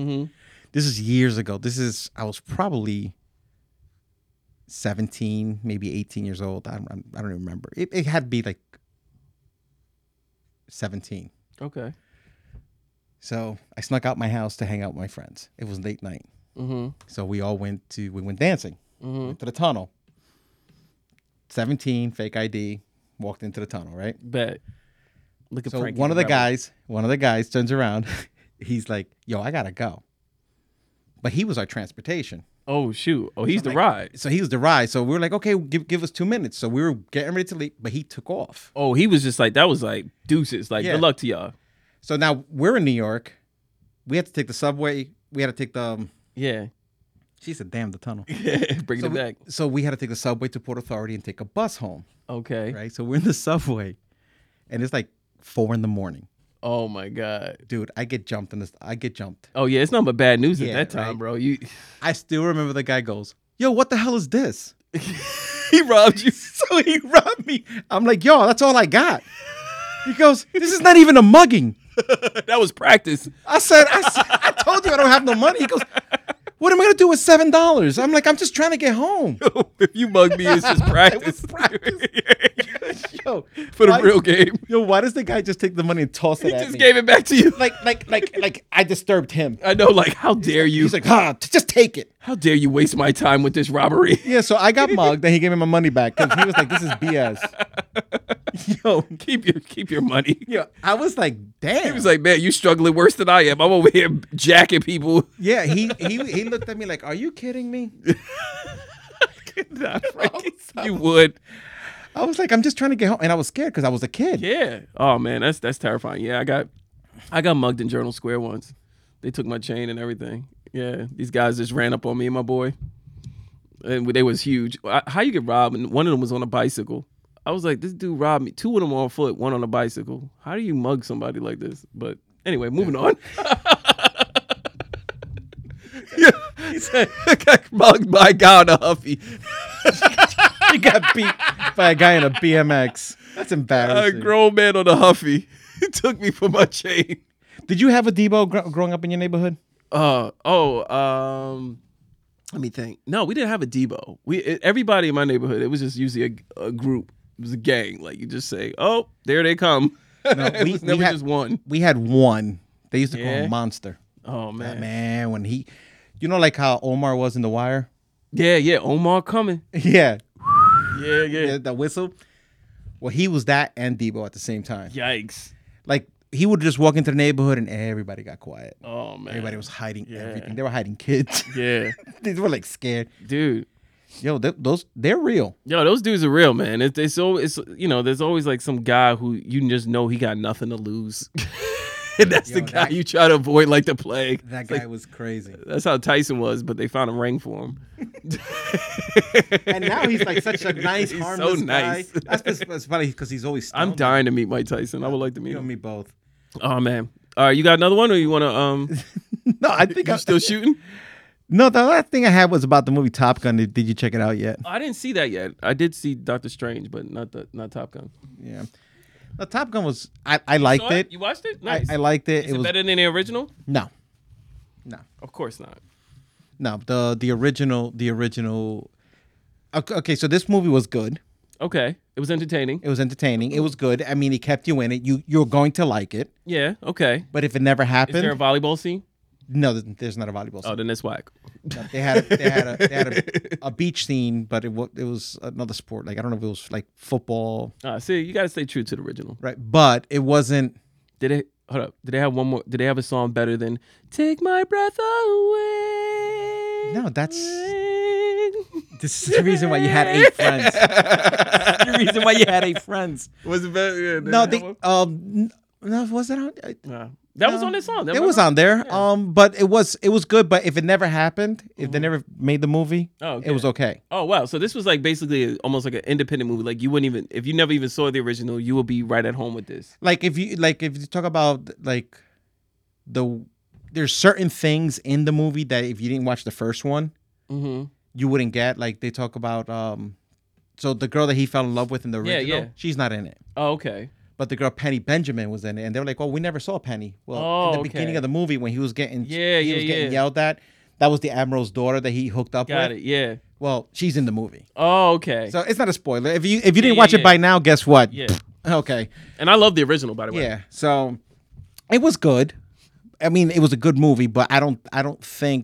S3: This is years ago. This is I was probably 17, maybe 18 years old. I don't, I don't remember. It, it had to be like 17.
S2: okay.
S3: So I snuck out my house to hang out with my friends. It was late night.
S2: Mm-hmm.
S3: So we all went to we went dancing.
S2: Mm-hmm.
S3: went to the tunnel. 17, fake ID, walked into the tunnel, right?
S2: Bet. Look at
S3: So
S2: Frankie
S3: one of the
S2: Rebel.
S3: guys, one of the guys turns around. He's like, yo, I gotta go. But he was our transportation.
S2: Oh shoot. Oh, he's the
S3: like-
S2: ride.
S3: So he was the ride. So we were like, okay, give, give us two minutes. So we were getting ready to leave, but he took off.
S2: Oh, he was just like that was like deuces. Like
S3: Yeah.
S2: good luck to y'all.
S3: So now we're in New York. We had to take the subway. We had to take the, um,
S2: Yeah.
S3: she said, damn, the tunnel.
S2: Bring
S3: So
S2: it
S3: we,
S2: back.
S3: so we had to take the subway to Port Authority and take a bus home,
S2: Okay.
S3: right? So we're in the subway and it's like four in the morning.
S2: Oh my god.
S3: dude, I get jumped in this. I get jumped.
S2: Oh yeah, it's nothing but bad news
S3: Yeah,
S2: at that time,
S3: right.
S2: bro. You
S3: I still remember the guy goes, "Yo, what the hell is this?"
S2: he robbed you.
S3: So he robbed me. I'm like, "Yo, that's all I got." He goes, "This is not even a mugging."
S2: that was practice.
S3: I said, I, s- "I told you I don't have no money." He goes, "What am I gonna do with seven dollars?" I'm like, "I'm just trying to get home."
S2: if you mug me, it's just practice.
S3: Yo,
S2: For the
S3: why-
S2: real game.
S3: Yo, why does the guy just take the money and toss it
S2: He
S3: at
S2: just
S3: me?
S2: gave it back to you.
S3: like, like, like, like I disturbed him.
S2: I know, like, how dare you?
S3: He's like, "Ah, t- just take it."
S2: how dare you waste my time with this robbery?
S3: Yeah, so I got mugged, and he gave me my money back because he was like, "This is BS."
S2: Yo, keep your keep your money.
S3: Yeah, I was like, "Damn."
S2: He was like, man, you struggling worse than I am. I'm over here jacking people.
S3: Yeah, he he he looked at me like, "Are you kidding me?"
S2: Nah, Frankie, you would.
S3: I was like, "I'm just trying to get home," and I was scared because I was a kid.
S2: Yeah. Oh man, that's that's terrifying. Yeah, I got I got mugged in Journal Square once. They took my chain and everything. Yeah, these guys just ran up on me and my boy, and they was huge. I- How you get robbed? And one of them was on a bicycle. I was like, this dude robbed me. Two of them on foot, one on a bicycle. How do you mug somebody like this? But anyway, moving on.
S7: got mugged by God, a Huffy.
S3: He got beat by a guy in a BMX.
S2: Uh,
S3: That's
S7: A
S3: embarrassing.
S7: grown man on a Huffy took me for my chain.
S3: Did you have a Debo gr- growing up in your neighborhood?
S2: Uh oh. Um, let me think. No, we didn't have a Debo. We it, everybody in my neighborhood. It was just usually a, a group. It was a gang. Like you just say, "Oh, there they come."
S3: No,
S2: It was never
S3: had,
S2: just one.
S3: we had one. They used to call
S2: Yeah?
S3: him Monster.
S2: Oh man.
S3: Man, when he, you know, like how Omar was in The Wire.
S2: Yeah, yeah. Omar coming.
S3: Yeah,
S2: Yeah, yeah.
S3: that whistle. Well, he was that and Debo at the same time.
S2: Yikes.
S3: Like he would just walk into the neighborhood and everybody got quiet.
S2: Oh man.
S3: Everybody was hiding everything. They were hiding kids.
S2: Yeah,
S3: they were like scared.
S2: dude.
S3: Yo, th- those they're real.
S2: Yo, those dudes are real, man. It's, it's always, you know, there's always like some guy who you just know he got nothing to lose. and that's the
S3: Yo,
S2: guy
S3: that-
S2: you try to avoid like the plague.
S3: That guy was crazy.
S2: That's how Tyson was, but they found a ring for him.
S3: And now he's like such a nice,
S2: He's so
S3: harmless
S2: nice.
S3: guy. That's, just- that's probably because he's always.
S2: I'm
S3: stoned.
S2: dying to meet Mike Tyson. I would like to meet
S3: You and
S2: him.
S3: me both.
S2: Oh man. All right, you got another one, or you want to? Um,
S3: No, I think
S2: you
S3: I'm
S2: still shooting?
S3: No, the last thing I had was about the movie Top Gun. Did did you check it out yet?
S2: I didn't see that yet. I did see Doctor Strange, but not the not Top Gun.
S3: Yeah. No, Top Gun was I, I liked
S2: Saw
S3: it.
S2: You watched it?
S3: I,
S2: Nice.
S3: I liked it.
S2: Is
S3: it
S2: it
S3: was
S2: better than the original?
S3: no, no,
S2: Of course not.
S3: no. The the original the original. Okay, okay, so this movie was good.
S2: Okay, it was entertaining.
S3: It was entertaining. It was good. I mean, it kept you in it. You you're going to like it.
S2: Yeah. Okay.
S3: But if it never
S2: Is there a
S3: happened,
S2: volleyball scene?
S3: no, there's- there's not a volleyball.
S2: Oh,
S3: Scene.
S2: then that's whack.
S3: They had they had a, they had a, a beach scene, but it was it was another sport. Like I don't know if it was like football,
S2: Uh, see, you gotta stay true to the original.
S3: right? But it wasn't.
S2: Did it? Hold up. Did they have one more? Did they have a song better than "Take My Breath Away"?
S3: No, that's This is the reason why you had eight friends. the reason why you had eight friends.
S2: Was it better? Yeah,
S3: No, the um, no, was that on? It
S2: Uh, that was on this song. That
S3: was on there. Um, but it was it was good. But if it never happened, if they never made the movie,
S2: Mm-hmm. Oh,
S3: it was okay.
S2: Oh wow! So this was like basically almost like an independent movie. Like you wouldn't even if you never even saw the original, you would be right at home with this.
S3: Like if you like if you talk about like the there's certain things in the movie that if you didn't watch the first one,
S2: Mm-hmm.
S3: you wouldn't get. Like they talk about um, so the girl that he fell in love with in the
S2: Yeah,
S3: original,
S2: yeah.
S3: she's not in it.
S2: Oh okay.
S3: but the girl Penny Benjamin was in it, and they were like, "Well, we never saw Penny." Well,
S2: Oh,
S3: in the
S2: okay.
S3: beginning of the movie when he was getting
S2: Yeah,
S3: he
S2: yeah,
S3: was getting
S2: yeah.
S3: yelled at, that was the admiral's daughter that he hooked up
S2: Got
S3: with.
S2: it. Yeah.
S3: Well, she's in the movie,
S2: Oh okay.
S3: so it's not a spoiler. If you if you didn't
S2: yeah,
S3: watch
S2: yeah.
S3: it by now, guess what?
S2: yeah.
S3: Okay.
S2: And I love the original by the way.
S3: Yeah. So it was good. I mean, it was a good movie, but I don't I don't think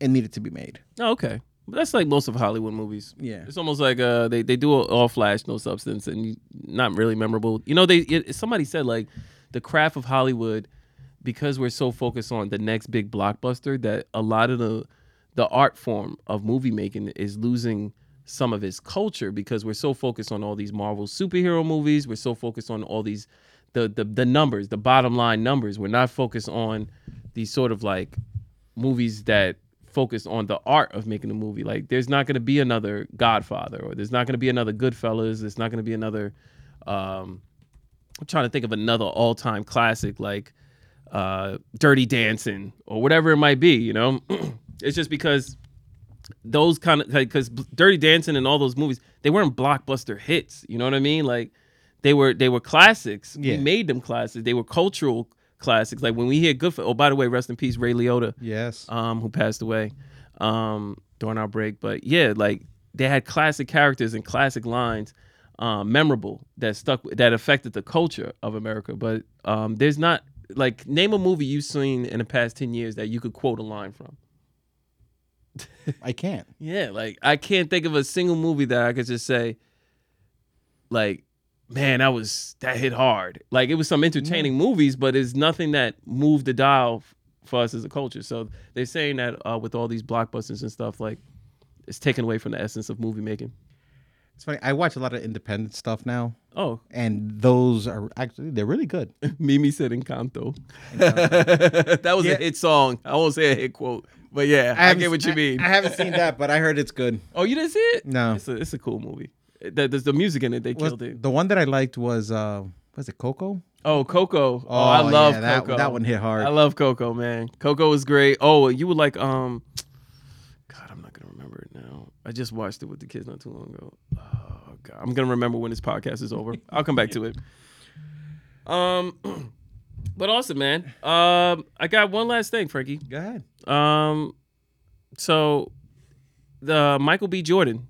S3: it needed to be made.
S2: Oh, okay. But that's like most of Hollywood movies.
S3: Yeah.
S2: It's almost like uh they, they do all flash, no substance, and you- not really memorable. You know, they it, somebody said like the craft of Hollywood because we're so focused on the next big blockbuster that a lot of the the art form of movie making is losing some of its culture because we're so focused on all these Marvel superhero movies. We're so focused on all these the the, the numbers, the bottom line numbers. We're not focused on these sort of like movies that focus on the art of making a movie. Like there's not going to be another Godfather, or there's not going to be another Goodfellas. There's not going to be another. Um, I'm trying to think of another all-time classic like uh, Dirty Dancing or whatever it might be. You know, it's just because those kind of like because Dirty Dancing and all those movies they weren't blockbuster hits. You know what I mean? Like they were they were classics.
S3: Yeah.
S2: We made them classics. They were cultural classics. Like when we hear good. Oh, by the way, rest in peace, Ray Liotta
S3: Yes.
S2: um, who passed away um, during our break. But yeah, like they had classic characters and classic lines, um, memorable that stuck that affected the culture of America. But um, there's not like name a movie you've seen in the past ten years that you could quote a line from.
S3: I can't.
S2: Yeah, like I can't think of a single movie that I could just say, like, man, that was that hit hard. Like it was some entertaining movies, but it's nothing that moved the dial f- for us as a culture. So they're saying that uh, with all these blockbusters and stuff, like it's taken away from the essence of movie making.
S3: It's funny. I watch a lot of independent stuff now,
S2: Oh,
S3: and those are actually they're really good.
S2: Mimi said Encanto. that was a hit song. I won't say a hit quote, but yeah, I,
S3: haven't-
S2: get what you mean.
S3: I haven't seen that, but I heard it's good.
S2: oh, you didn't see it?
S3: No.
S2: it's a, it's a cool movie. It- that- There's the music in it. They
S3: was-
S2: killed it.
S3: The one that I liked was uh was it Coco?
S2: Oh, Coco. Oh, I
S3: Oh,
S2: love
S3: yeah, that-
S2: Coco.
S3: that one hit hard.
S2: I love Coco, man. Coco was great. Oh, you would like um God, I'm not gonna remember it now. I just watched it with the kids not too long ago. Oh god. I'm gonna remember when this podcast is over. I'll come back to it. Um but awesome, man. Um I got one last thing, Frankie.
S3: Go ahead.
S2: Um, so the Michael B. Jordan,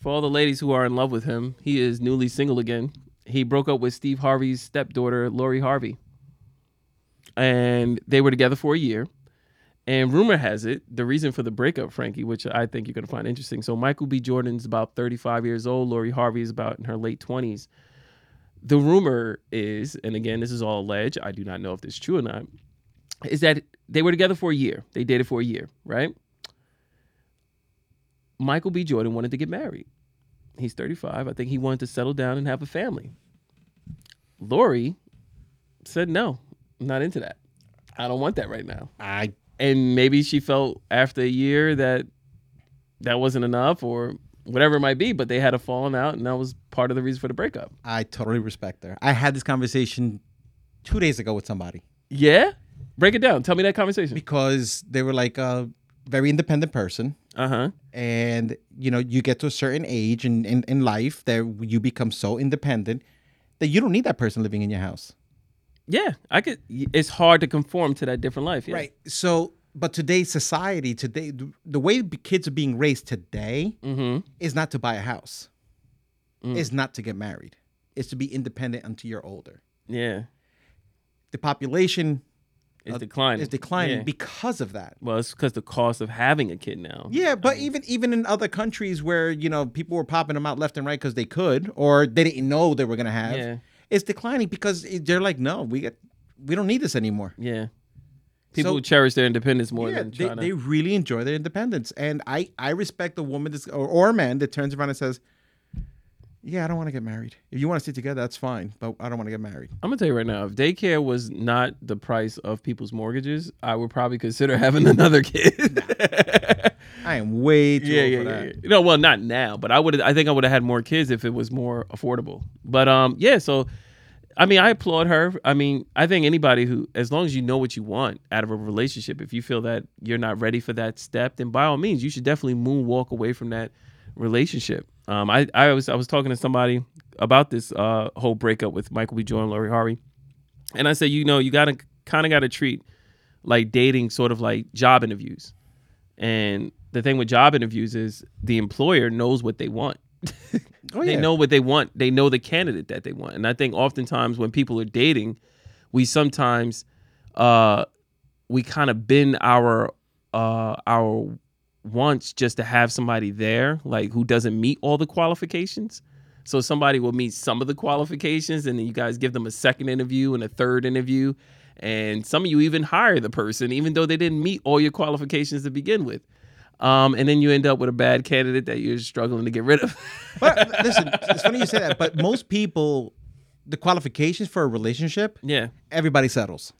S2: for all the ladies who are in love with him, he is newly single again. He broke up with Steve Harvey's stepdaughter, Lori Harvey, and they were together for a year. And rumor has it the reason for the breakup, Frankie, which I think you're gonna find interesting. So Michael B. Jordan's about 35 years old. Lori Harvey is about in her late 20s. The rumor is, and again, this is all alleged. I do not know if this is true or not is that they were together for a year. They dated for a year, right? Michael B. Jordan wanted to get married. He's 35. I think he wanted to settle down and have a family. Lori said, No, I'm not into that. I don't want that right now.
S3: I
S2: And maybe she felt after a year that that wasn't enough or whatever it might be, but they had a falling out, and that was part of the reason for the breakup.
S3: I totally respect her. I had this conversation two days ago with somebody
S2: Yeah? Break it down. Tell me that conversation.
S3: because they were like a very independent person.
S2: Uh huh.
S3: and you know you get to a certain age in, in, in life that you become so independent that you don't need that person living in your house
S2: Yeah, I could. It's hard to conform to that different life. Yeah.
S3: right so but today's society today the- the way b- kids are being raised today is not to buy a house is not to get married it's to be independent until you're older
S2: Yeah.
S3: the population
S2: It's declining.
S3: is Uh, declining
S2: Yeah.
S3: because of that
S2: well, it's because the cost of having a kid now.
S3: Yeah, but
S2: Um,
S3: even even in other countries where you know people were popping them out left and right because they could or they didn't know they were gonna have,
S2: Yeah.
S3: it's declining because it, they're like, no, we get, we don't need this anymore.
S2: Yeah. People
S3: So-
S2: cherish their independence more
S3: Yeah,
S2: than
S3: they,
S2: trying
S3: they
S2: to.
S3: really enjoy their independence, and I I respect a woman that's, or or a man that turns around and says, yeah, I don't want to get married. If you want to stay together, that's fine, but I don't want to get married.
S2: I'm gonna tell you right now, if daycare was not the price of people's mortgages, I would probably consider having another kid.
S3: I am way too
S2: yeah,
S3: old
S2: yeah,
S3: for
S2: yeah,
S3: that.
S2: yeah. No, well, not now, but I would. I think I would have had more kids if it was more affordable. But um, yeah. So, I mean, I applaud her. I mean, I think anybody who, as long as you know what you want out of a relationship, if you feel that you're not ready for that step, then by all means, you should definitely moonwalk away from that relationship. Um, I, I was, I was talking to somebody about this uh whole breakup with Michael B. Jordan, Lori Harvey, and I said, you know, you gotta kind of gotta treat like dating sort of like job interviews. And the thing with job interviews is the employer knows what they want.
S3: Oh,
S2: They
S3: yeah.
S2: know what they want. They know the candidate that they want. And I think oftentimes when people are dating, we sometimes uh we kind of bend our uh our wants just to have somebody there like who doesn't meet all the qualifications. So somebody will meet some of the qualifications, and then you guys give them a second interview and a third interview, and some of you even hire the person even though they didn't meet all your qualifications to begin with. Um, and then you end up with a bad candidate that you're struggling to get rid of.
S3: But listen, it's funny you say that, but most people, the qualifications for a relationship,
S2: yeah.
S3: everybody settles.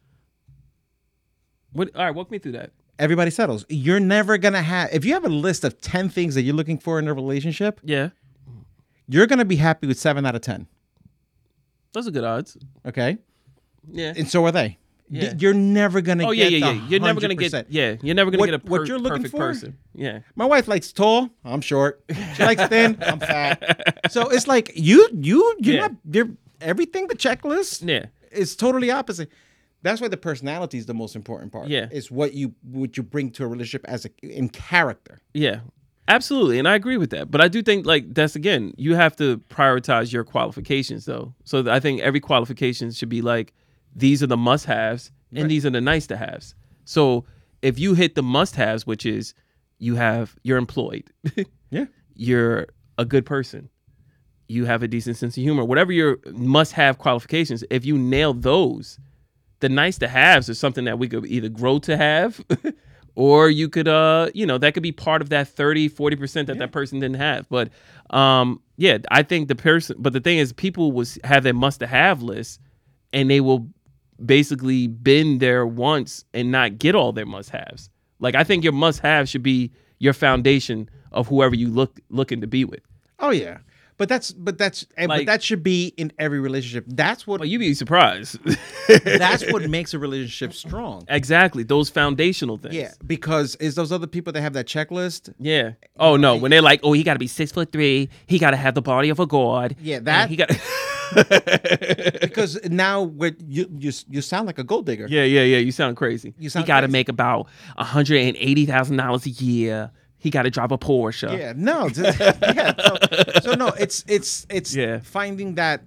S2: What? All right, walk me through that.
S3: everybody settles. You're never gonna have if you have a list of ten things that you're looking for in a relationship,
S2: Yeah,
S3: you're gonna be happy with seven out of ten.
S2: those are good odds.
S3: Okay,
S2: Yeah.
S3: and so are they. D-
S2: Yeah.
S3: You're never gonna.
S2: Oh yeah,
S3: get
S2: yeah,
S3: the
S2: yeah. You're never gonna get.
S3: 100%.
S2: Yeah, you're never gonna
S3: What-
S2: get a per-
S3: what you're looking
S2: perfect
S3: for?
S2: person. Yeah.
S3: My wife likes tall. I'm short. She likes thin. I'm fat. So it's like you, you, you're
S2: Yeah.
S3: not. You're everything. The checklist.
S2: Yeah.
S3: It's totally opposite. That's why the personality is the most important part.
S2: Yeah.
S3: It's what you what you bring to a relationship as a in character.
S2: Yeah, absolutely, and I agree with that. But I do think like that's again, you have to prioritize your qualifications though. So th- I think every qualification should be like these are the must haves and these are the nice to haves. So if you hit the must haves, which is you have you're employed,
S3: Yeah.
S2: you're a good person, you have a decent sense of humor, whatever your must have qualifications, if you nail those, the nice to haves is something that we could either grow to have or you could uh you know that could be part of that 30 40% that that person didn't have but um yeah i think the person but the thing is people was have their must to have list and they will basically bend their wants and not get all their must haves like i think your must have should be your foundation of whoever you look looking to be with
S3: Oh yeah. But that's but that's and
S2: Like-
S3: but that should be in every relationship. That's what
S2: But you'd be surprised.
S3: that's what makes a relationship strong.
S2: exactly. Those foundational things.
S3: Yeah, because is those other people that have that checklist?
S2: Yeah. Oh no, when they're like, oh, he got to be six foot three. He got to have the body of a god.
S3: Yeah,
S2: and
S3: that-
S2: he got.
S3: Because now with you you you sound like a gold digger.
S2: yeah, yeah, yeah. You sound crazy.
S3: You sound
S2: he got to
S3: crazy.
S2: make about hundred and eighty thousand dollars a year. He got to drive a Porsche.
S3: Yeah, no. just- yeah, so, so no, it's it's it's
S2: Yeah.
S3: finding that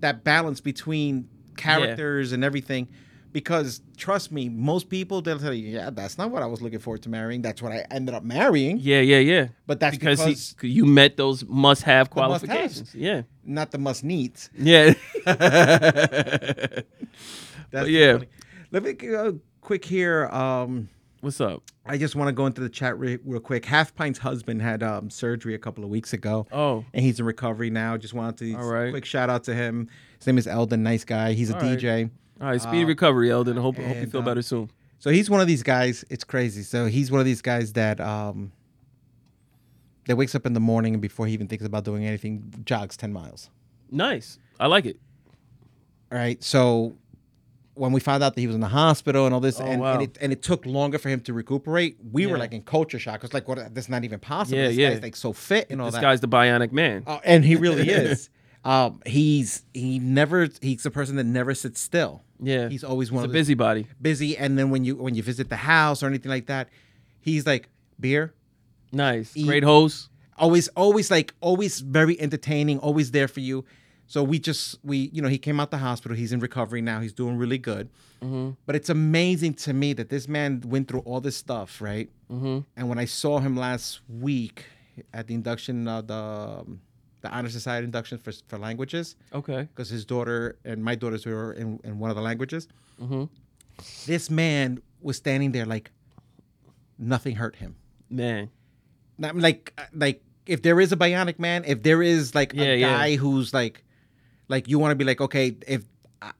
S3: that balance between characters and everything. Because trust me, most people they'll tell you, yeah, that's not what I was looking forward to marrying. That's what I ended up marrying.
S2: Yeah, yeah, yeah.
S3: But that's
S2: because, he-
S3: because-
S2: you met those must-have
S3: must-haves.
S2: qualifications. yeah,
S3: Not the must needs.
S2: yeah,
S3: That's the
S2: yeah.
S3: funny- Let me go quick here. Um,
S2: What's up?
S3: I just want to go into the chat re- real quick. Half Pint's husband had um, surgery a couple of weeks ago.
S2: Oh.
S3: And he's in recovery now. Just wanted to
S2: All right.
S3: quick shout out to him. His name is Eldon, nice guy. He's a
S2: right.
S3: DJ.
S2: All right, speedy recovery, Eldon. Hope, hope you
S3: uh, and,
S2: feel
S3: um,
S2: better soon.
S3: So he's one of these guys. It's crazy. So he's one of these guys that um that wakes up in the morning and before he even thinks about doing anything, jogs ten miles.
S2: Nice. I like it.
S3: All right. So when we found out that he was in the hospital and all this, and,
S2: Oh, wow.
S3: and it and it took longer for him to recuperate, we were
S2: Yeah.
S3: like in culture shock. It's like, what? That's not even possible.
S2: Yeah,
S3: this
S2: yeah.
S3: guy's like so fit and all
S2: This
S3: that.
S2: guy's the bionic man.
S3: Oh, and he really is. Um, he's he never he's a person that never sits still.
S2: Yeah.
S3: he's always one
S2: He's a
S3: of those-
S2: busybody.
S3: busy. And then when you when you visit the house or anything like that, he's like beer,
S2: Nice. Great host.
S3: always always like always very entertaining, always there for you. So we just we you know he came out the hospital. He's in recovery now. He's doing really good. But it's amazing to me that this man went through all this stuff, right? And when I saw him last week at the induction, uh, the um, the honor society induction for for languages,
S2: Okay.
S3: because his daughter and my daughters were in, in one of the languages. This man was standing there like nothing hurt him.
S2: Man.
S3: Not- like uh, like if there is a bionic man, if there is like
S2: Yeah,
S3: a
S2: yeah.
S3: guy who's like like you want to be like okay if I,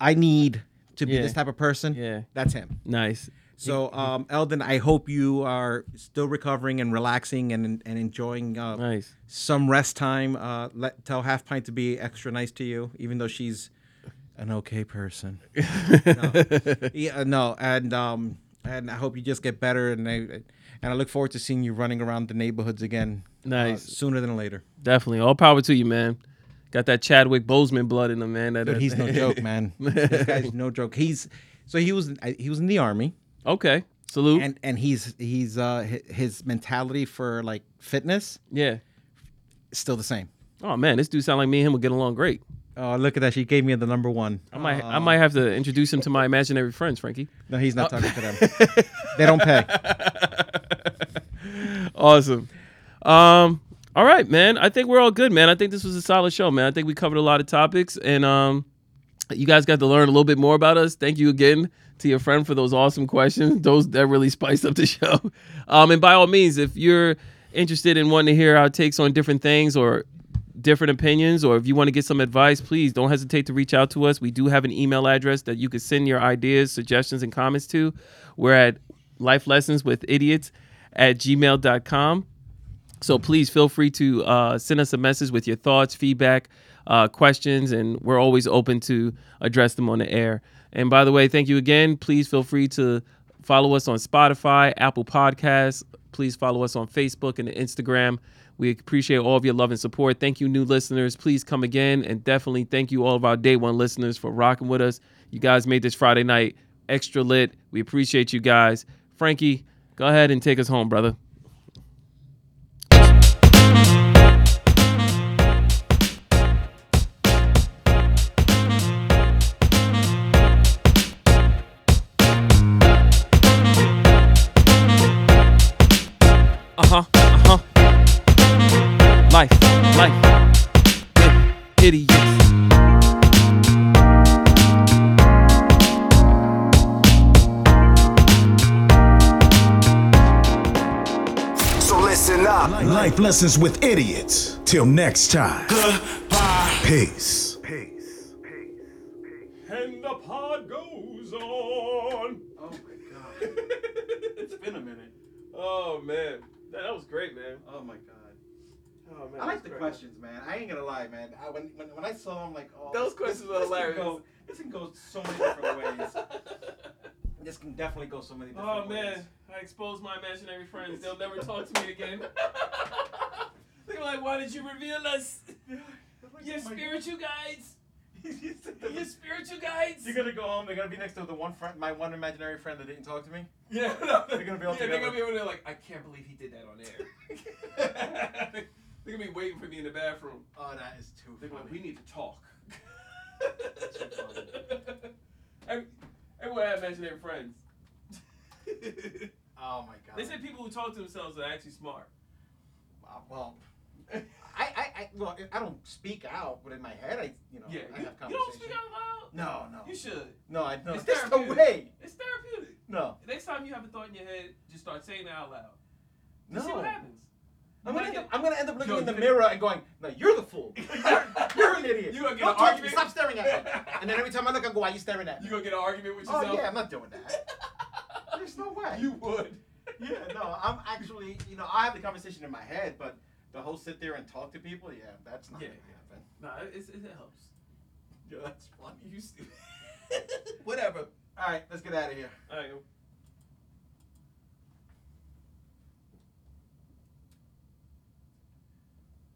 S3: I need to be
S2: Yeah.
S3: this type of person,
S2: Yeah.
S3: that's him.
S2: Nice.
S3: So um, Eldon, I hope you are still recovering and relaxing and and enjoying uh,
S2: Nice.
S3: some rest time. Uh, let tell Half Pint to be extra nice to you, even though she's an okay person. no. Yeah, no, and um, and I hope you just get better, and I and I look forward to seeing you running around the neighborhoods again. uh,
S2: Nice.
S3: sooner than later.
S2: Definitely. All power to you, man. Got that Chadwick Boseman blood in him, man. That,
S3: But he's no joke, man. this guy's no joke. He's so he was I- he was in the army,
S2: Okay. Salute.
S3: and and he's he's uh hi- his mentality for like fitness
S2: yeah.
S3: is still the same.
S2: Oh man, this dude sound like me and him would get along great.
S3: Oh, look at that! She gave me the number one.
S2: I might I might have to introduce him to my imaginary friends, Frankie.
S3: No, he's not talking to them. they don't pay.
S2: Awesome. Um, all right, man. I think we're all good, man. I think this was a solid show, man. I think we covered a lot of topics and um you guys got to learn a little bit more about us. Thank you again to your friend for those awesome questions. Those that really spiced up the show. Um, and by all means, if you're interested in wanting to hear our takes on different things or different opinions, or if you want to get some advice, please don't hesitate to reach out to us. We do have an email address that you can send your ideas, suggestions, and comments to. We're at life lessons with idiots at gmail.com. So please feel free to uh, send us a message with your thoughts, feedback, uh, questions, and we're always open to address them on the air. And by the way, thank you again. Please feel free to follow us on Spotify, Apple Podcasts. Please follow us on Facebook and Instagram. We appreciate all of your love and support. Thank you, new listeners. Please come again. And definitely thank you, all of our day one listeners, for rocking with us. You guys made this Friday night extra lit. We appreciate you guys. Frankie, go ahead and take us home, brother. Uh huh. Uh huh. Life. Life. With idiots.
S5: So listen up.
S4: Life lessons with idiots. Till next time. Peace. Peace.
S7: And the pod goes on.
S1: Oh my god. it's been a minute.
S2: Oh man, that, that was great, man.
S1: Oh my god.
S3: I like the questions, man. I ain't gonna lie, man. I, when, when when I saw them, like, oh,
S1: Those
S3: this-
S1: questions
S3: this,
S1: are
S3: this
S1: hilarious.
S3: Can go, this can go so many different ways. This can definitely go so many different
S2: Oh
S3: ways.
S2: man, I exposed my imaginary friends. They'll never talk to me again. They're like, why did you reveal us? Your spiritual guides. Your spiritual guides.
S3: You're gonna go home. They're gonna be next to the one friend, my one imaginary friend that didn't talk to me.
S1: Yeah, no,
S3: They're gonna be all
S1: yeah, they're
S3: together.
S1: gonna be over there like, I can't believe he did that on air. they're gonna be waiting for me in the bathroom.
S3: Oh, that is too.
S1: They're
S3: funny.
S1: like, we need to talk. Every- Everywhere I imagine their friends.
S3: Oh my god.
S2: They said people who talk to themselves are actually smart.
S3: Uh, well, I, I, I, well, I don't speak out, but in my head, I, you know,
S1: Yeah,
S3: I
S1: you,
S3: have
S1: you
S3: conversation.
S1: don't speak out loud.
S3: No, no,
S2: You should.
S3: no, I no.
S2: It's
S3: There's no
S2: therapeutic.
S3: way.
S2: It's therapeutic.
S3: No,
S2: Next time you have a thought in your head, just start saying it out loud.
S3: no.
S2: See what happens.
S3: I'm gonna, end up, I'm gonna end up looking
S1: Yo,
S3: in the
S1: you-
S3: mirror and going, "No, you're the fool. You're, you're an idiot.
S1: You gonna get
S3: Don't
S1: an
S3: talk to me.
S1: argument?
S3: Stop staring at me." And then every time I look, I go, "Why are you staring at me?"
S1: You gonna get an argument with
S3: oh
S1: yourself?
S3: yeah, I'm not doing that. There's no way.
S1: You would.
S3: yeah, no, I'm actually, you know, I have the conversation in my head, but the whole sit there and talk to people, yeah, that's not
S2: Yeah.
S3: gonna happen.
S2: Nah, it, it's- it helps.
S3: Yeah, that's funny.
S1: You st- Whatever.
S3: All right, let's get out of here.
S2: All right.